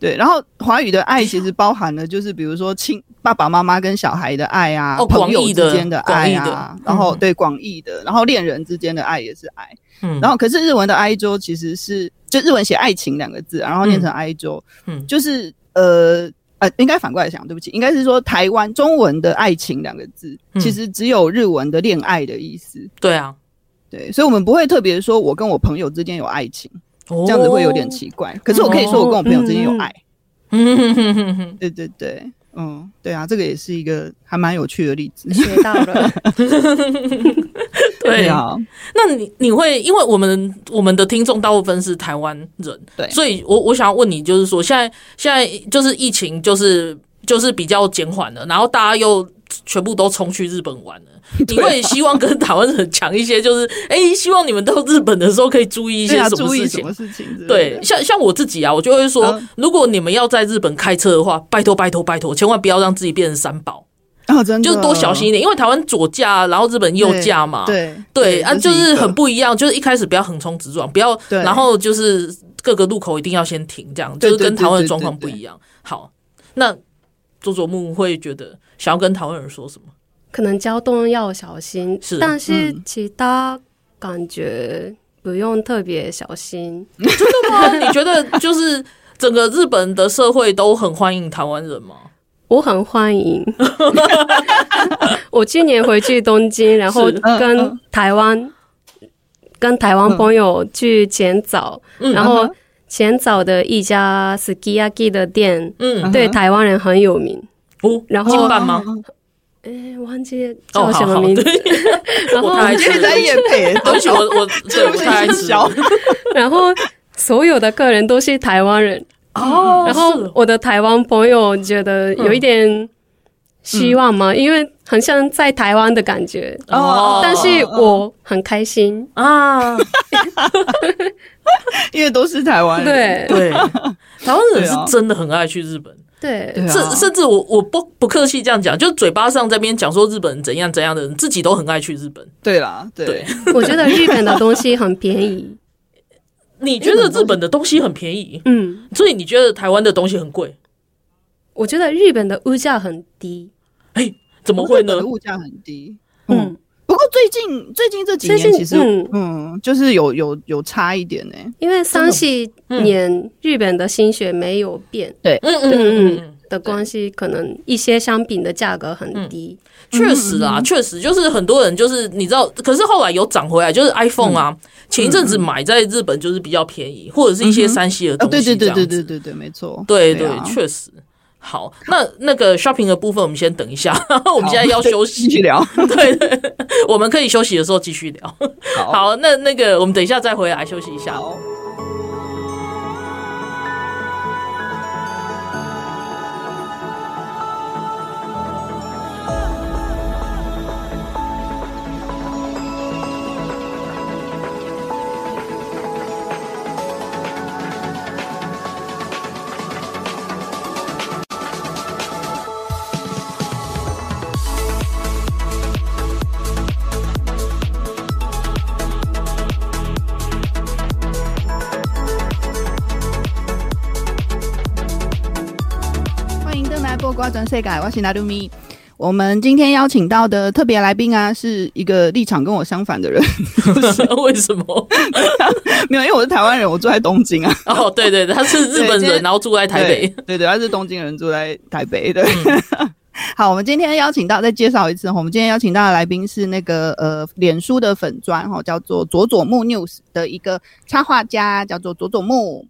S2: 对。然后华语的爱其实包含了就是比如说亲爸爸妈妈跟小孩的爱啊，
S1: 哦
S2: 朋友
S1: 广义的
S2: 之间的爱啊
S1: 广义，的
S2: 然后
S1: 嗯
S2: 对广义的，然后恋人之间的爱也是爱。
S1: 嗯，
S2: 然后可是日文的哀愁其实是就日文写爱情两个字，然后念成哀愁，
S1: 嗯
S2: 就是呃呃，应该反过来想，对不起，应该是说台湾中文的爱情两个字，
S1: 嗯
S2: 其实只有日文的恋爱的意思。
S1: 对啊，
S2: 对，所以我们不会特别说我跟我朋友之间有爱情，
S1: 这
S2: 这样子会有点。奇
S1: 哦
S2: 怪。可是我可以说我跟我朋友之间有爱。
S1: 嗯哼哼哼哼
S2: 对对对，嗯，对啊，这个也是一个还蛮有趣的例子。
S3: 学到了，
S1: 对啊，
S2: 啊，
S1: 那你你会因为我们我们的听众大部分是台湾人，
S2: 对
S1: 所以我我想要问你，就是说现在现在就是疫情就是就是比较减缓了，然后大家又全部都冲去日本玩 了，
S2: 啊
S1: 你会希望跟台湾人讲一些，就是哎、诶希望你们到日本的时候可以注意一些
S2: 对啊，
S1: 什么
S2: 注意
S1: 事
S2: 什
S1: 情
S2: 么？事情之类的？
S1: 对，像像我自己啊，我就会说
S2: 嗯，
S1: 如果你们要在日本开车的话，拜托拜托拜托，千万不要让自己变成三宝，
S2: 啊，真的
S1: 就是多小心一点，因为台湾左驾，然后日本右
S2: 对
S1: 驾嘛，
S2: 对
S1: 对啊，
S2: 这
S1: 就是
S2: 一
S1: 是
S2: 个
S1: 很不一样，就是一开始不要横冲直撞，不要，
S2: 对
S1: 然后就是各个路口一定要先停，这样就
S2: 对
S1: 是跟
S2: 对对
S1: 台湾的
S2: 对
S1: 状
S2: 对
S1: 况不
S2: 对
S1: 一样。好，那佐佐木会觉得想要跟台湾人说 什么？
S3: 可能交通要小心，
S1: 是
S3: 但是
S2: 嗯
S3: 其他感觉不用特别小心，
S1: 那你觉得就是整个日本的社会都很欢迎台湾人吗？
S3: 我很 欢迎。我去年回去东京，然后
S1: 是
S2: 嗯
S3: 跟
S2: 嗯
S3: 台湾跟台湾朋友去浅草，
S1: 嗯
S3: 然后浅草的一家 sukiyaki 的店
S1: 嗯，
S3: 对台湾人很有名，
S1: 哦，
S3: 然后
S1: 金办吗？
S3: 哎，忘记
S1: 哦，
S3: 叫
S1: 好
S3: 什么
S1: 好，
S3: 名字，
S1: 对，
S3: 然后
S1: 我太爱吃
S2: 现在也配，
S1: 对 不起，我我对我
S2: 不是
S1: 太爱
S2: 营
S1: 吃
S2: 销
S1: 了
S3: 然后所有的客人都是台湾人，
S1: 哦，
S3: 然
S1: 是
S3: 后
S1: 哦
S3: 我的台湾朋友觉得有一点希望嘛，因为很像在台湾的感觉，
S1: 嗯哦
S3: 但是我很开心。
S1: 啊，
S2: 因为都是台
S1: 哎
S2: 湾人，
S1: 对，
S3: 对
S1: 台湾人
S2: 对
S1: 是
S2: 啊
S1: 真的很爱去日本。
S3: 对，
S2: 对
S1: 甚
S2: 啊，
S1: 甚至我我不不客气这样讲，就嘴巴上在那边讲说日本怎样怎样的人，自己都很爱去日本。
S2: 对啦，
S1: 对
S2: 对，
S3: 我觉得日本的东西很便宜。
S1: 你觉得日本的东西很便宜，
S3: 嗯，
S1: 所以你觉得台湾的东西很贵？
S3: 我觉得日本的物价很低。
S1: 哎怎么会
S2: 日本
S1: 呢
S2: 的？物价很低，嗯
S3: 嗯，，
S2: 不过最近最近这几年
S3: 最近
S2: 其实
S3: 嗯
S2: 嗯，就是有有有差一点呢，欸
S3: 因为三十年日本的薪水没有变
S1: 嗯嗯嗯嗯，嗯，
S3: 的关系，可能一些商品的价格很低。
S1: 确实
S2: 嗯
S1: 啊，确实就是很多人就是你知道，可是后来有涨回来，就是 iPhone
S2: 嗯
S1: 啊，前一阵子买在日本就是比较便宜，或者是一些山西的
S2: 啊，
S1: 东
S2: 对
S1: 西
S2: 对
S1: 这
S2: 对
S1: 样
S2: 对
S1: 子。
S2: 对对对，没错，
S1: 对
S2: 对
S1: 对
S2: 啊，
S1: 确实。好，那那个 shopping 的部分我们先等一下， 我们现在要休息
S2: 继 续聊，
S1: 对对，我们可以休息的时候继续聊。
S2: 好
S1: 好，那那个我们等一下再回来休息一下。
S2: 好欢迎登来播瓜转世改，我是拿鲁咪。我们今天邀请到的特别来宾啊，是一个立场跟我相反的人，
S1: 为什么？
S2: 没有，因为我是台湾人，我住在东京啊，
S1: 哦，对对，对他是日本
S2: 对
S1: 人，
S2: 今天
S1: 然后住在台北。嗯
S2: 对，对对，他是东京人，住在台北对。 好，我们今天邀请到，再介绍一次哦，我们今天邀请到的来宾是那个呃，脸书的粉砖哈、哦，叫做佐佐木 news 的一个插画家，叫做佐佐木。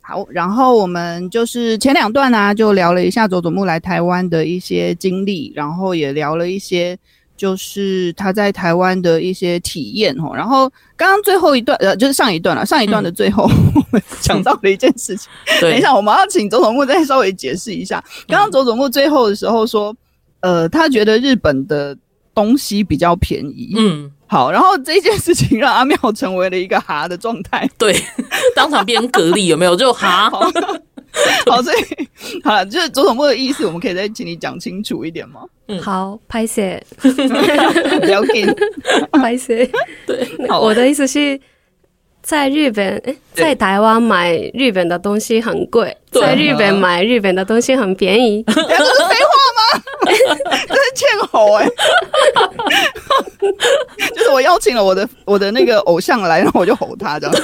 S2: 好，然后我们就是前两段呢、就聊了一下佐佐木来台湾的一些经历，然后也聊了一些就是他在台湾的一些体验哦。然后刚刚最后一段，呃，就是上一段了，上一段的最后、我们讲到了一件事情。等一
S1: 对，嗯
S2: 下，我们要请周总部再稍微解释一下。刚刚周总部最后的时候说，呃，他觉得日本的东西比较便宜。
S1: 嗯，
S2: 好，然后这件事情让阿妙成为了一个哈的状态。
S1: 对， 当场变隔离有没有？就哈，
S2: 好，好，所以好了，就是左总部的意思，我们可以再请你讲清楚一点吗？
S1: 嗯
S3: 好，拍 摄，
S2: 不要给你哎
S3: 拍摄。
S1: 对，
S2: 好
S3: 我的意思是，在日本，诶在台湾买日本的东西很贵，
S1: 对
S3: 在日本买日本的东西很便 宜。
S2: 这是废话吗？ 这是欠吼哎、 就是我邀请了我的我的那个偶像来，然后我就吼他 这样，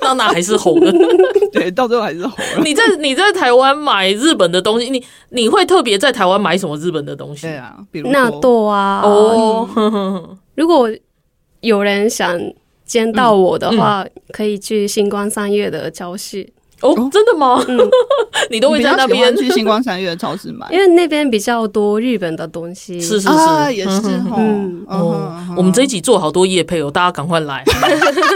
S1: 到哪还是吼的。
S2: 对，到最后还是吼了。
S1: 你在你在台湾买日本的东西，你你会特别在台湾买什么日本的东西
S2: 对？啊，比如
S3: 纳
S2: 说，
S3: 豆啊，
S1: 哦，呵呵
S3: 如果有人想见到我的话，
S1: 嗯
S3: 可以去星光三月的超市，
S1: 哦，真的吗？ 你都
S2: 我
S1: 会
S2: 嗯比
S1: 在
S2: 较
S1: 那
S2: 喜
S1: 边
S2: 欢？去星光三月的超市买
S3: 因为那边比较多日本的东 西。
S1: 是是
S2: 啊，
S1: 是，
S2: 也是吼。嗯
S3: 嗯
S1: 哦
S2: 哼，
S1: 我们这一集做好多夜配哦，大家赶快来。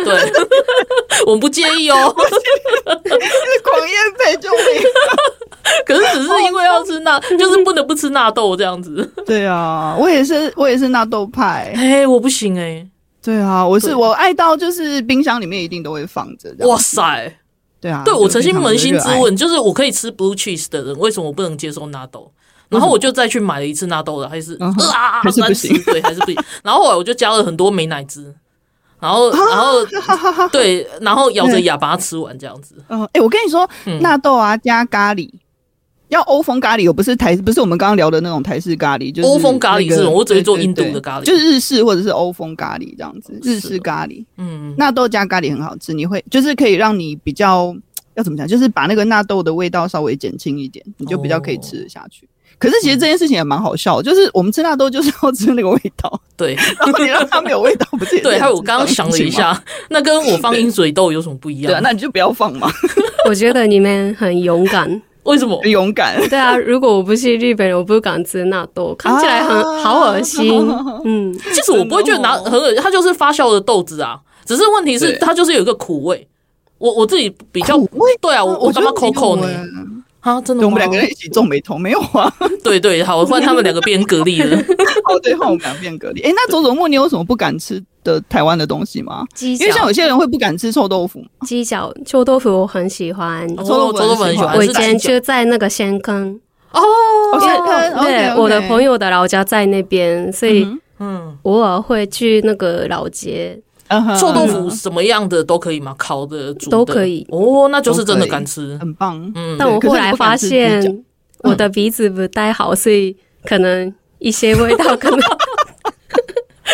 S1: 对， 我们不介意哦，
S2: 狂宴配救命！
S1: 可是只是因为要吃纳，就是不能不吃纳豆这样子。
S2: 对啊，我也是，我也是纳豆派。
S1: 哎，我不行哎，
S2: 对啊，我
S1: 对
S2: 是我爱到就是冰箱里面一定都会放着。
S1: 哇！塞！
S2: 对啊，
S1: 对我
S2: 就
S1: 曾经
S2: 非常的
S1: 扪心
S2: 热
S1: 自
S2: 爱，
S1: 问，就是我可以吃 blue cheese 的人，为什么我不能接受纳豆？然后我就再去买了一次纳豆的，还是
S2: 嗯哼
S1: 啊，
S2: 还是不
S1: 难吃
S2: 行
S1: 对，还是 不行。然后后来我就加了很多美乃滋，然后
S2: 啊
S1: 然后对，然后咬着牙把它吃完这样子。
S2: 嗯，哎、我跟你说，
S1: 嗯
S2: 纳豆啊加咖喱，要欧风咖喱，我不是台，不是我们刚刚聊的那种台式咖喱，就是
S1: 欧风咖喱
S2: 那个
S1: 是什么我只会做
S2: 对
S1: 印度
S2: 对
S1: 的咖喱
S2: 就是日式或者是欧风咖喱这样子，日
S1: 是
S2: 式
S1: 哦
S2: 咖喱，
S1: 嗯，
S2: 纳豆加咖喱很好吃，你会就是可以让你比较要怎么讲，就是把那个纳豆的味道稍微减轻一点，你就比较可以吃得下去。可是其实这件事情也蛮好笑的，就是我们吃纳豆就是要吃那个味道，
S1: 对
S2: 然后你让它没有味道，不是也是
S1: 对，
S2: 很
S1: 还有我
S2: 正
S1: 刚刚
S2: 常
S1: 想
S2: 的
S1: 了
S2: 事
S1: 一
S2: 情吗，
S1: 下，那跟我放鹰嘴豆有什么不一
S2: 对啊，
S1: 样？
S2: 那你就不要放嘛，
S3: 我觉得你们很勇 敢。
S1: 为什么？
S2: 很勇敢。
S1: 嗯
S3: 对啊，如果我不是日本人，我不敢吃纳豆，看起来很、
S2: 啊
S3: 好恶心。
S1: 啊
S3: 嗯，
S1: 其实我不会觉得拿
S2: 真的哦
S1: 很恶，它就是发酵的豆子啊。只是问题是
S2: 对
S1: 它就是有一个苦味，我我自己比较
S2: 苦味
S1: 对啊，我我干嘛口口
S2: 呢？
S1: 呢？啊，真的吗？
S2: 对，欸我们两个人一起皱眉头，没有 啊？
S1: 对对，好，不然他们两个变隔离 了。
S2: 哦，对，换我们俩变隔离。哎、那佐佐木，你有什么不敢吃的台湾的东西吗？
S3: 鸡
S2: 因为像
S3: 脚
S2: 有，些人会不敢吃臭豆腐嘛，
S3: 鸡脚臭豆腐我很喜欢。
S1: 哦
S2: 臭豆腐
S1: 臭豆腐很喜欢
S3: 我
S1: 是
S3: 以前
S1: 鸡脚
S3: 就在那个仙坑，
S2: 哦，
S1: 哦，
S2: 现在
S3: 对我的朋
S2: 友，
S3: 友的老家在那边，所以
S2: 嗯
S1: 嗯，
S3: 偶尔会去那个老街。
S2: 嗯哼
S1: 臭豆腐什么样的都可以吗？烤的、煮的
S3: 都可以
S1: 哦，那就是真的敢吃。
S2: 很棒。
S1: 嗯，
S3: 但我
S2: 对可
S3: 后
S2: 是你
S3: 来
S2: 不敢
S3: 发
S2: 吃鸡脚
S3: 现我的鼻子不太好，所以可能一些味 道可能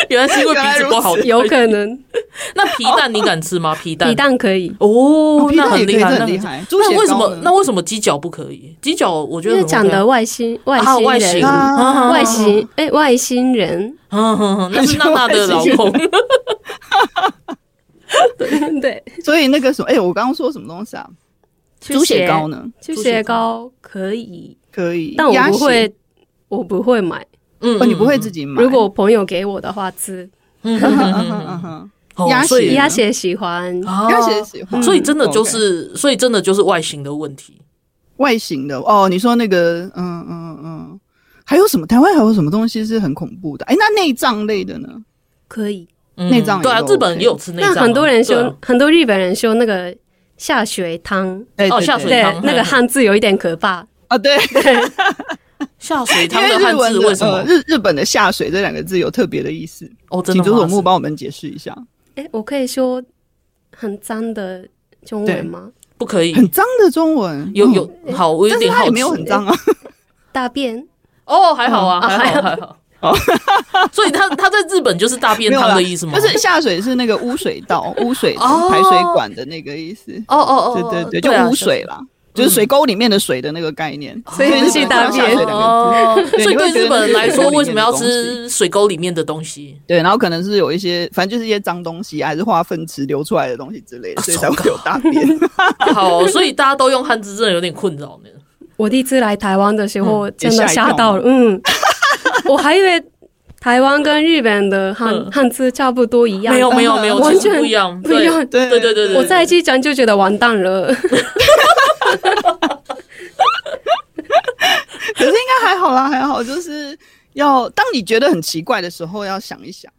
S1: 原来是因为鼻子不好
S2: 原来如，
S3: 有可能
S1: 那皮蛋你敢吃吗？皮蛋，
S3: 皮蛋可以，
S1: 哦，
S2: 皮
S1: 那
S2: 蛋
S1: 很
S2: 也可以
S1: 厉害，
S2: 这
S1: 那
S2: 很厉
S1: 很
S2: 害。猪血
S1: 那为什
S2: 糕
S1: 么
S2: 呢？
S1: 那为什么鸡脚不可以？鸡脚我觉
S3: 因
S1: 得
S3: 为
S1: 很
S3: 讲
S1: OK
S3: 的
S1: 啊
S3: 外星外
S1: 啊
S3: 星
S1: 外
S3: 人
S1: 星
S2: 啊
S3: 外 星哎、外星人，
S1: 嗯哼哼，那是娜娜的老 公，
S3: 对，
S2: 所以那个什么，哎、我刚刚说什么东西啊？猪血糕呢？
S3: 猪血糕可以，
S2: 可以，
S3: 但我
S2: 鸭
S3: 不
S2: 血。
S3: 会，我不会买。
S1: 嗯
S2: 哦，你不会自己买？
S3: 如果我朋友给我的话吃，
S1: 嗯嗯
S2: 嗯
S1: 嗯
S2: 哼，嗯哼
S1: 嗯
S2: 嗯哼
S1: 嗯
S2: 鸭
S1: 哦所以
S2: 血
S3: 鸭血喜欢，嗯
S1: 啊
S2: 鸭血喜欢。
S1: 所以真的就
S2: 哦 OK
S1: 是，所以真的就是外形的问题。
S2: 外形的哦，你说那个，嗯嗯嗯，还有什么？台湾还有什么东西是很恐怖的？哎，那内脏类的呢？
S3: 可以。
S1: 嗯
S2: 内脏也
S1: 对啊，
S2: 都
S1: 日本
S2: OK
S1: 也有吃内
S3: 那
S1: 脏啊，
S3: 很多人
S1: 对啊
S3: 说，很多日本人说那个下水汤，
S2: 哎
S1: 哦下水
S3: 对
S1: 汤，
S3: 那个汉字有一点可怕。
S2: 啊，对，
S1: 下水
S2: 因
S1: 汤
S2: 为
S1: 的
S2: 日
S1: 汉
S2: 文
S1: 字
S2: 的
S1: 为什
S2: 呃
S1: 么？
S2: 日日本的下水这两个字有特别的意思，
S1: 哦，真
S2: 请
S1: 的
S2: 朱
S1: 吗
S2: 总木帮我们解释一下。
S3: 哎，我可以说很脏的中文吗？
S1: 不可 以，
S2: 很脏的中文
S1: 有，
S2: 嗯
S1: 有好，我有
S2: 但是
S1: 点
S2: 它
S1: 好
S2: 也
S1: 奇，
S2: 没有很脏啊。
S3: 大便
S1: 哦，还好啊，
S3: 嗯
S1: 还好还好。
S2: 哦
S1: 所以他他在日本就是大便
S2: 没有
S1: 汤
S2: 啦
S1: 的意思吗？
S2: 就是下水是那个污水 道、污水
S1: 哦
S2: 排水管的那个意思。
S1: 哦哦哦，
S2: 对对对，
S1: 对啊，
S2: 就污水啦，就是水沟里面的水的那个概念。
S3: 所以不是大
S2: 下水两个
S3: 便
S2: 字
S1: 哦，
S2: 对
S1: 所以
S2: 你
S1: 对
S2: 会觉得
S1: 日本人来说，为什么要
S2: 那是水沟
S1: 吃
S2: 里面的
S1: 水沟里面的东西？
S2: 对，然后可能是有一些，反正就是一些脏东西啊，还是化粪池流出来的东西之
S1: 啊
S2: 类的，所以才会有大便。
S1: 好，所以大家都用汉字，真的有点困扰呢。
S3: 嗯我第一次来台湾的时候，
S2: 也
S3: 真的
S2: 吓一跳
S3: 吓到了，嗯，我还以为台湾跟日本的汉
S1: 嗯
S3: 汉字差不多一样，啊
S1: 没有 没有没有，
S3: 完
S1: 其
S3: 全
S1: 实不一样，
S3: 不一样
S1: 对对对对对，
S3: 我再去讲就觉得完蛋 了。
S2: 可是应该还好啦，还好，就是要当你觉得很奇怪的时候，要想一想。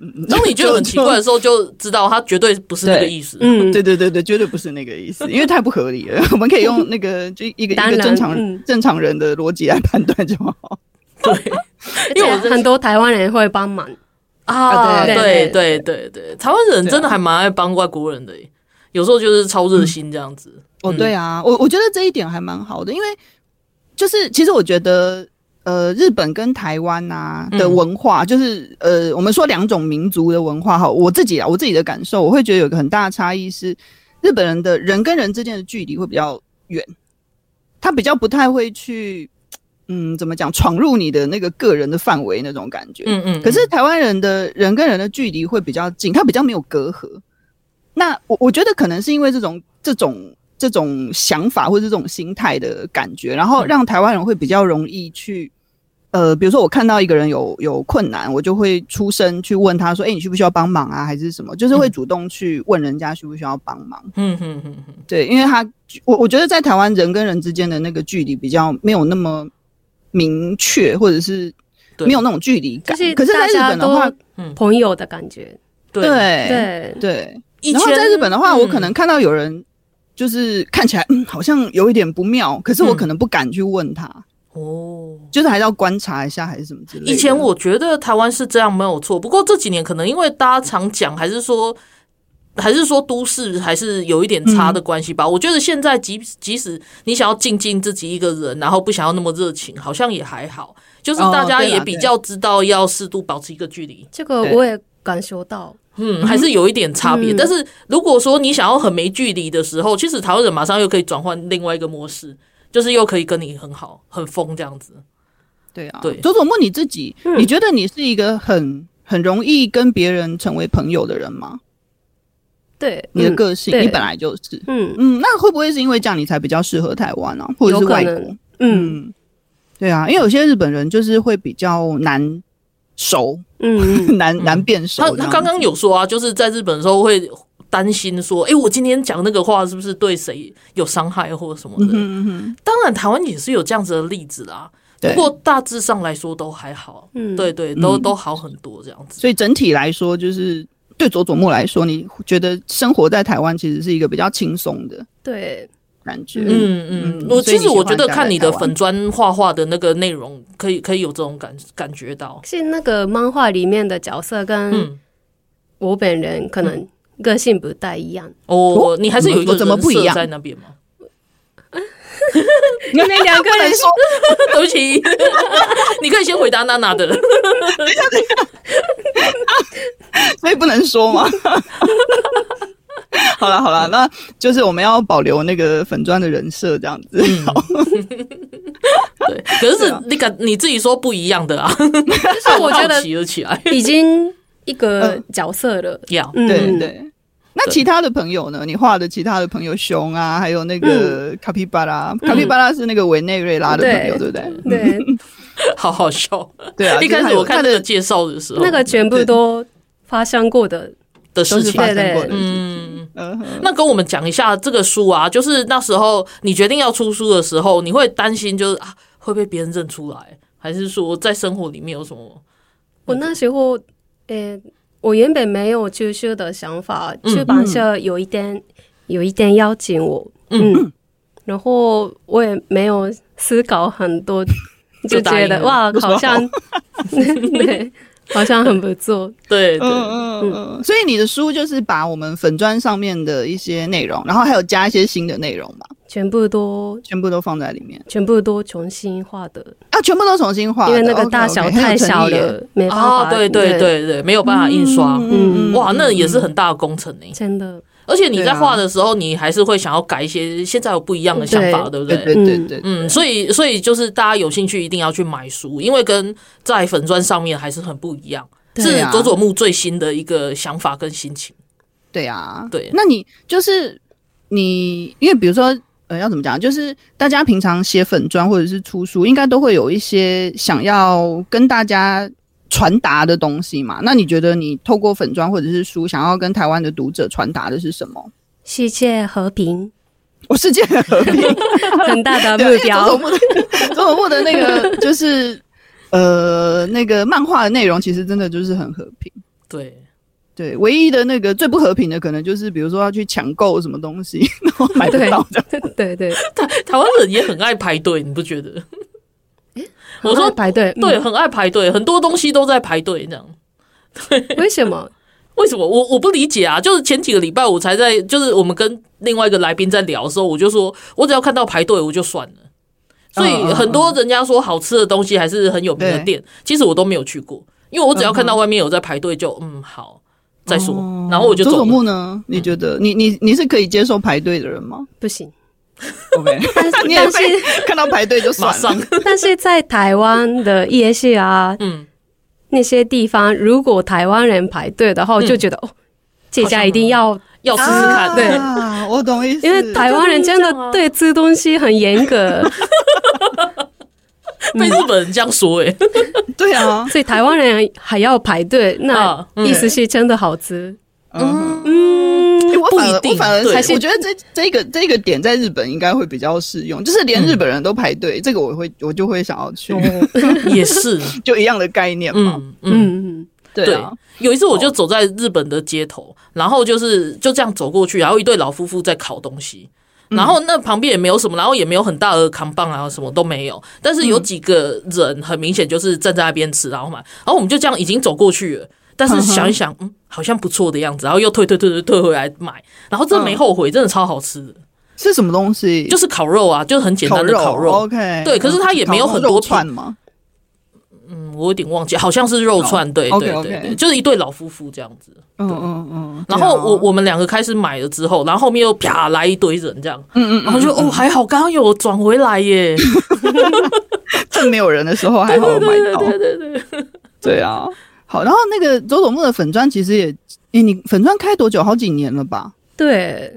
S2: 嗯
S1: 当你觉得很奇怪的时候，就知道他绝对不是那个意思。
S3: 嗯，
S2: 对对对对，绝对不是那个意思，因为太不合理了。我们可以用那 个就一个一
S3: 当然
S2: 个正常人、
S3: 嗯
S2: 正常人的逻辑来判断就好。
S1: 对
S3: 而
S1: 因为我
S3: 且很多台湾人会帮忙。
S1: 啊，
S2: 对
S1: 对对
S3: 对
S1: 对对，台湾人真的还蛮爱帮外国人的耶，有时候就是超热心这样子。
S2: 哦，
S1: 嗯
S2: 对啊，我我觉得这一点还蛮好的，因为就是其实我觉得。呃，日本跟台湾呐、
S1: 嗯
S2: 的文化，就是呃，我们说两种民族的文化哈，我自己啊，我自己的感受，我会觉得有一个很大的差异是，日本人的人跟人之间的距离会比较远，他比较不太会去，嗯，怎么讲，闯入你的那个个人的范围那种感觉。
S1: 嗯嗯，
S2: 可是台湾人的人跟人的距离会比较近，他比较没有隔阂。那我我觉得可能是因为这种这种这种想法或者这种心态的感觉，然后
S1: 嗯
S2: 让台湾人会比较容易去，呃，比如说我看到一个人有有困难，我就会出声去问他说：“哎、你需不需要帮忙啊？还是什么？”就是会主动去问人家需不需要帮忙。
S1: 嗯嗯嗯嗯，
S2: 对，因为他我我觉得在台湾人跟人之间的那个距离比较没有那么明确，或者是
S1: 对
S2: 没有那种距离
S3: 就
S2: 感。
S3: 是
S2: 可是在
S3: 大
S2: 日
S3: 家
S2: 本的
S3: 都
S2: 话，嗯
S3: 朋友的感觉。
S1: 对，
S2: 对
S3: 对，
S2: 对
S1: 以
S2: 然后
S1: 前
S2: 在日本的话，
S1: 嗯
S2: 我可能看到有人就是看起来、嗯、好像有一点不妙，可是我
S1: 嗯
S2: 可能不敢去问他，
S1: 哦。
S2: 就是还是要观察一下还是什么之类的。
S1: 以前我觉得台湾是这样没有错，不过这几年可能因为大家常讲，还是说。还是说都市还是有一点差的关系
S2: 嗯
S1: 吧。我觉得现在即即使你想要静静自己一个人，然后不想要那么热情，好像也还好。就是
S2: 哦
S1: 大家
S2: 对啦
S1: 也比较知道要适度保持一个距离。
S3: 这个我也感受到。
S1: 嗯，还是有一点差别。
S3: 嗯
S1: 但是如果说你想要很没距离的时候，其实台湾人马上又可以转换另外一个模式，就是又可以跟你很好、很疯这样子。
S2: 对啊，
S1: 对
S2: 佐佐木你自己，
S3: 嗯
S2: 你觉得你是一个很很容易跟别人成为朋友的人吗？
S3: 对，
S2: 你的
S3: 嗯
S2: 个性，
S3: 对
S2: 你本来就是。
S3: 嗯
S2: 嗯，那会不会是因为这样你才比较适合台湾啊，或者是
S3: 有可
S2: 外
S3: 能
S2: 国？
S3: 嗯
S2: 嗯，对啊，因为有些日本人就是会比较难熟，
S3: 嗯 嗯，
S2: 难难辨熟
S1: 他
S2: 这样子。
S1: 他刚刚有说啊，就是在日本的时候会担心说，诶、我今天讲那个话是不是对谁有伤害或者什么的？
S2: 嗯哼，
S1: 当然，台湾也是有这样子的例子啦。不
S2: 对
S1: 过大致上来说都还好，
S3: 嗯
S1: 对对，都
S2: 嗯
S1: 都好很多这样子。
S2: 所以整体来说，就是对佐佐木来说，你觉得生活在台湾其实是一个比较轻松的
S3: 对，
S2: 感觉。
S1: 嗯嗯，
S2: 嗯
S1: 我
S2: 所以
S1: 其
S2: 你
S1: 实我
S2: 喜
S1: 觉
S2: 欢
S1: 得
S2: 待
S1: 看
S2: 在
S1: 你的
S2: 台湾
S1: 粉砖画画的那个内容，可以可以有这种感感觉到。
S3: 是那个漫画里面的角色跟
S1: 嗯，
S3: 我本人可能个性不太一样，
S1: 哦，你还是有一个
S2: 怎么
S1: 人
S2: 不一
S1: 设
S2: 样
S1: 在那边吗？
S2: 你们两个人说，
S1: 对不起， 你可以先回答娜娜的。
S2: 所以不能说吗？好了好
S1: 嗯
S2: 了，那就是我们要保留那个粉砖的人设这样子。
S1: 嗯对，可是你感你自己说不一样的啊，
S3: 就是我觉
S1: 好
S3: 得
S1: 奇了起来。
S3: 已经一个角色了。
S1: 呀，
S3: 嗯，
S2: 对对。那其他的朋友呢？你画的其他的朋友熊啊，还有那
S1: 嗯
S2: 个卡皮巴拉，卡皮巴拉是那个委内瑞拉的朋友，对
S3: 对
S2: 不对？
S3: 对，
S1: 好好笑。
S2: 对啊，
S1: 一开
S2: 就是还
S1: 始
S2: 有
S1: 我看
S2: 他
S1: 那个
S2: 的
S1: 介绍的时候，
S3: 那个全部都发生过的。
S1: 的
S2: 都
S1: 事
S2: 是
S1: 情
S2: 发，生
S3: 对对
S2: 过的事情。
S1: 嗯。
S2: 嗯哼
S1: 那跟我们讲一下这个书啊，就是那时候你决定要出书的时候，你会担心就是啊会被别人认出来，还是说在生活里面有什么？
S3: 我那时候，呃，我原本没有出书的想法，
S1: 嗯
S3: 出版社有一天、有一天邀请我，
S1: 嗯
S3: 嗯，然后我也没有思考很多，就
S1: 答应
S3: 觉得
S1: 了
S3: 哇，
S2: 有什么
S3: 好像 对，好像很不错，
S1: 对对，
S2: 嗯嗯嗯，所以你的书就是把我们粉砖上面的一些内容，然后还有加一些新的内容嘛，
S3: 全部都
S2: 全部都放在里面
S3: 全部都重新画的，
S2: 啊，全部都重新画的，
S3: 因为那个
S2: OK，OK，
S3: 大小
S2: 很有
S3: 太
S2: 诚意
S3: 小
S2: 耶，
S3: 了，没办
S1: 啊，
S3: 法，
S1: 对对对对，没有办法印刷，
S3: 嗯
S1: 哇，那也是很大的工程呢、
S3: 真的，
S1: 而且你在
S2: 对啊
S1: 画的时候，你还是会想要改一些现在有不一样的想法，对不
S2: 对对
S1: 对？
S2: 对对，
S1: 嗯，所以所以就是大家有兴趣一定要去买书，因为跟在粉砖上面还是很不一样，
S2: 对
S1: 是
S2: 啊
S1: 佐佐木最新的一个想法跟心情。
S2: 对啊，
S1: 对
S2: 那你就是你，因为比如说。呃，要怎么讲？就是大家平常写粉砖或者是出书，应该都会有一些想要跟大家传达的东西嘛。那你觉得你透过粉砖或者是书，想要跟台湾的读者传达的是什么？
S3: 世界和 平
S2: 我世界的和平
S3: 很大的
S2: 对
S3: 目
S2: 因为
S3: 标
S2: 总统，部的总统部的那个 就是呃那个漫画的内容，其实真的就是很和平。
S1: 对，
S2: 对，唯一的那个最不和平的，可能就是比如说要去抢购什么东西，然后买不
S3: 对
S2: 到这样。
S3: 对对，
S1: 台台湾人也很爱排队，你不觉得？我
S3: 很爱
S1: 说
S3: 排队，嗯
S1: 对，，很爱排队，很多东西都在排队这样。
S3: 为什么？
S1: 为什么我我不理解啊？就是前几个礼拜我才在，就是我们跟另外一个来宾在聊的时候，我就说我只要看到排队我就算了。所以
S2: 嗯嗯嗯
S1: 很多人家说好吃的东西还是很有名的
S2: 对
S1: 店，其实我都没有去过，因为我只要看到外面有在排队就嗯好再说，然后我就
S2: 哦周
S1: 走
S2: 总
S1: 了。
S2: 部呢？你觉得你你你是可以接受排队的 人吗
S3: 不行。
S2: ？OK，
S3: 但 是
S2: 你也
S3: 但
S2: 被
S3: 是
S2: 看到排队就算
S1: 马
S2: 了。
S1: 上，
S3: 但是在台湾的夜市啊
S1: 嗯，
S3: 那些地方，如果台湾人排队的话，我就觉
S1: 嗯
S3: 得、哦，这家一定要，
S1: 要试试看。
S3: 对
S2: 啊，我懂意思。
S3: 因为台湾人真
S2: 啊
S3: 的对吃东西很严格，
S1: 被日本人这样说、欸，
S2: 对啊，
S3: 所以台湾人还要排队，那
S1: 啊嗯
S3: 意思是真的好吃。
S2: 嗯，
S3: 嗯，
S2: 诶 我反
S1: 不
S2: 而
S1: 一定
S2: 我反而
S1: 对
S2: 还是我觉得这这个这个点在日本应该会比较适用，就是连日本人都排队，这个我会我就会想要去，
S1: 也是，
S2: 就一样的概念嘛。
S1: 哦嗯嗯。
S3: 嗯，
S2: 对啊，
S1: 有一次我就走在日本的街头，然后就是就这样走过去，然后一对老夫妇在烤东西。然后那旁边也没有什么，然后也没有很大的扛棒啊，什么都没有。但是有几个人很明显就是站在那边吃，然后买，然后我们就这样已经走过去了。但是想一想，嗯，好像不错的样子，然后又退退退退退回来买，然后真的没后悔，真的超好吃的，
S2: 是什么东西？
S1: 就是烤肉啊，就是很简单的烤肉。
S2: ，OK。嗯
S1: 对可是它也没有很多
S2: 烤肉串嘛。
S1: 嗯，我有点忘记，好像是肉串，对对
S2: OK，OK
S1: 对对，就是一对老夫妇这样子。
S2: 嗯嗯嗯。
S1: 然后我我们两个开始买了之后，然后后面又啪来一堆人这样，
S2: 嗯嗯
S1: 然后就哦还好，刚刚有转回来 耶，
S2: 趁没有人的时候还好有买到。对对 对，啊。好，然后那个周总木的粉砖其实也，诶，你粉砖开多久？好几年了吧？
S3: 对，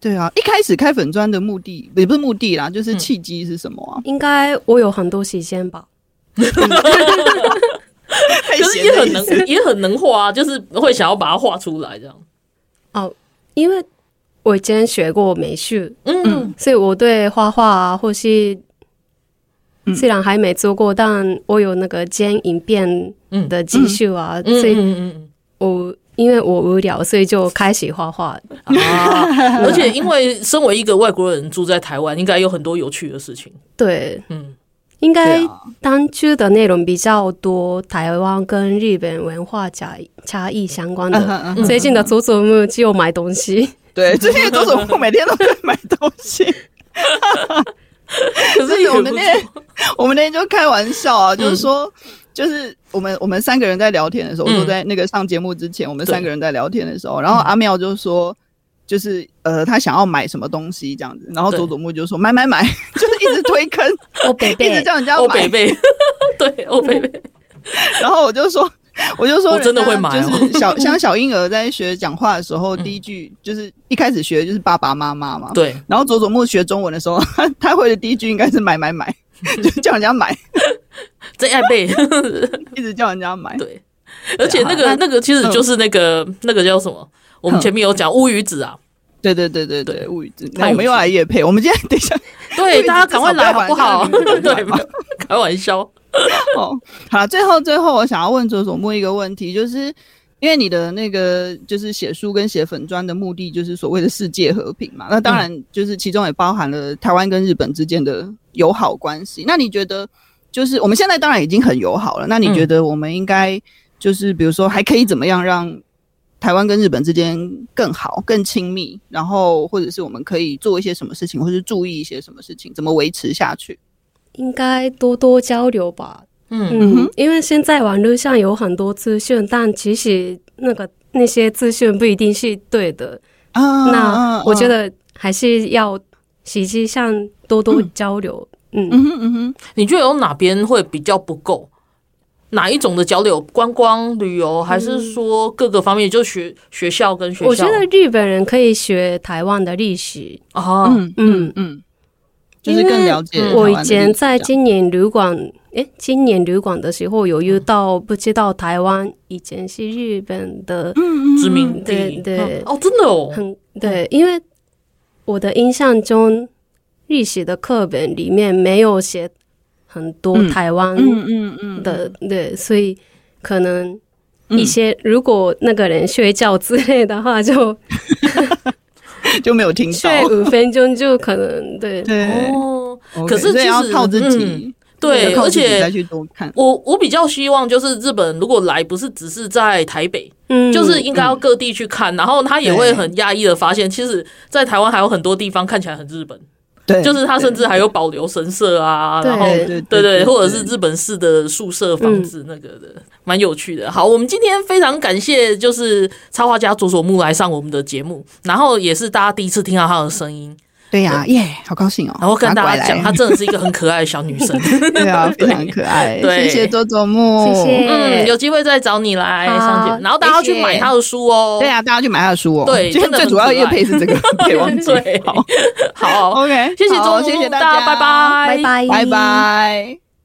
S2: 对啊，一开始开粉砖的目的也不是目的啦，就是
S1: 嗯
S2: 契机是什么啊？
S3: 应该我有很多时间吧。
S2: 太
S1: 可是
S2: 闲
S1: 也
S2: 了
S1: 很
S2: 意思
S1: 能也很能画啊，就是会想要把它画出来这样。
S3: 哦，因为我以前学过美术，
S1: 嗯，
S3: 所以我对画画啊，或是虽然还没做过，但我有那个剪影片的技术啊，
S1: 嗯
S3: 所以
S1: 嗯
S3: 我因为我无聊，所以就开始画画。
S1: 嗯嗯 啊！而且因为身为一个外国人住在台湾，应该有很多有趣的事情。
S3: 对，
S1: 嗯
S3: 应该
S2: 对啊
S3: 当初的内容比较多，台湾跟日本文化差差异相
S2: 嗯
S3: 关的。
S2: 嗯嗯，
S3: 最近的佐佐木只有买东西，
S2: 对，最近周总部每天都在买东西。
S1: 可是
S2: 是
S1: 也
S2: 我
S1: 不
S2: 们
S1: 错嗯
S2: 那天， 我们那天就开玩笑啊，就是说，就是我们我们三个人在聊天的时候，
S1: 嗯
S2: 我说在那个上节目之前，我们
S1: 对嗯
S2: 三个人在聊天的时候，然后阿妙就说。就是呃，他想要买什么东西这样子，然后
S1: 对
S2: 佐佐木就说买买 买，就是一直 推坑，
S3: 我北
S2: 一直
S3: 北，
S2: 叫人家
S1: 欧
S2: 买嗯
S1: 北。贝， 对欧北贝，
S2: 然后我就说，我就说
S1: 我真的
S2: 人
S1: 会
S2: 家
S1: 买哦嗯
S2: 就是 小像小婴儿在学讲话的时候，第一句就是一开始学的就是爸爸妈妈嘛，
S1: 对
S2: 然后佐佐木学中文的时候， 他他会的第一句应该是买买买， 就叫人家买，
S1: 这爱贝，
S2: 一直叫人家买。
S1: 对，而
S2: 啊
S1: 且那个那个其
S2: 嗯
S1: 实就是那个那个叫什么？我们前面有讲乌鱼子啊，
S2: 对对对对
S1: 对
S2: 对，物语之。
S1: 太
S2: 那
S1: 有
S2: 我们又
S1: 趣
S2: 来夜配，我们今天等一下
S1: 对，大家赶快来
S2: 至
S1: 好
S2: 少
S1: 不
S2: 不
S1: 好？
S2: 要 把人家的名
S1: 对
S2: 字讲
S1: 吧？开玩笑，
S2: 哦，好啦，最后最后我想要问佐佐木一个问题，就是因为你的那个就是写书跟写粉砖的目的就是所谓的世界和平嘛，那
S3: 嗯
S2: 当然就是其中也包含了台湾跟日本之间的友好关系。那你觉得就是我们现在当然已经很友好了，那
S3: 嗯
S2: 你觉得我们应该就是比如说还可以怎么样让？台湾跟日本之间更好、更亲密，然后或者是我们可以做一些什么事情，或是注意一些什么事情，怎么维持下去？
S3: 应该多多交流吧。
S1: 嗯
S3: 嗯，因为现在网络上有很多资讯，但其实那个那些资讯不一定是对的。
S2: 啊
S3: 那我觉
S2: 得。
S3: 得还是要实际上多多交流。嗯，
S2: 嗯哼嗯哼，
S1: 你觉得有哪边会比较不够？哪一种的交流？观光旅游，还是说各个方面？就学学校跟学校？
S3: 我觉得日本人可以学台湾的历史。
S1: 啊，
S2: 嗯
S3: 嗯，
S2: 嗯，就是更了解
S1: 因为
S2: 台
S3: 我
S2: 湾的
S3: 以
S2: 历史
S3: 前
S2: 这
S3: 在
S2: 样
S3: 青年旅馆，诶，青年旅馆的时候有
S2: 嗯
S3: 遇到，不知道台湾以前是日本的，
S2: 嗯
S1: 殖民
S3: 对
S1: 地，
S3: 对
S1: 嗯哦，真的哦，
S3: 很对，因为我的印象中历史的课本里面没有写很多
S2: 嗯
S3: 台湾
S2: 嗯嗯嗯
S3: 的，对，所以可能
S2: 嗯
S3: 一些如果那个人睡觉之类的 话，就
S2: 就没有听到。
S3: 睡五分钟就可能对，
S2: 对，
S1: 哦，
S2: OK，
S1: 可是
S2: 所以
S1: 其
S2: 要
S1: 实
S2: 靠自己
S1: 嗯，对，
S2: 要靠
S1: 而
S2: 自己
S1: 且
S2: 再去多看。
S1: 我我比较希望就是日本如果来，不是只是在台北，
S3: 嗯，
S1: 就是应该要各地去看，然后他也会很讶异的发现，其实，在台湾还有很多地方看起来很日本，
S2: 对，
S1: 就是他甚至还有保留神社啊，
S3: 对
S1: 然后
S2: 对对
S1: 对
S2: 对
S1: 对，
S2: 对
S1: 或者是日本式的宿舍房子那个的，蛮有趣的。好，我们今天非常感谢就是插画家佐佐木来上我们的节目，然后也是大家第一次听到他的声音，
S2: 对呀，耶，好高兴哦！
S1: 然后跟
S2: 把
S1: 大
S2: 拐
S1: 家
S2: 来
S1: 讲，她真的是一个很可爱的小女生。
S2: 对啊，非常可爱。
S1: 对
S2: 谢谢周周木，
S3: 谢谢，
S1: 嗯，有机会再找你来
S3: 好
S1: 上节目，然后大家要
S3: 谢谢
S1: 去买他的书哦。
S2: 对啊，大家去买他的书哦。
S1: 对
S2: 今
S1: 真
S2: 天
S1: 的
S2: 最
S1: 很
S2: 主要业配是这个，别 忘记。
S1: 对，
S2: 好
S1: 好，
S2: ，OK，
S1: 谢谢
S2: 好
S1: 周
S2: 谢谢
S1: 大
S2: 大家
S1: 拜拜，
S3: 拜拜，
S2: 拜。拜。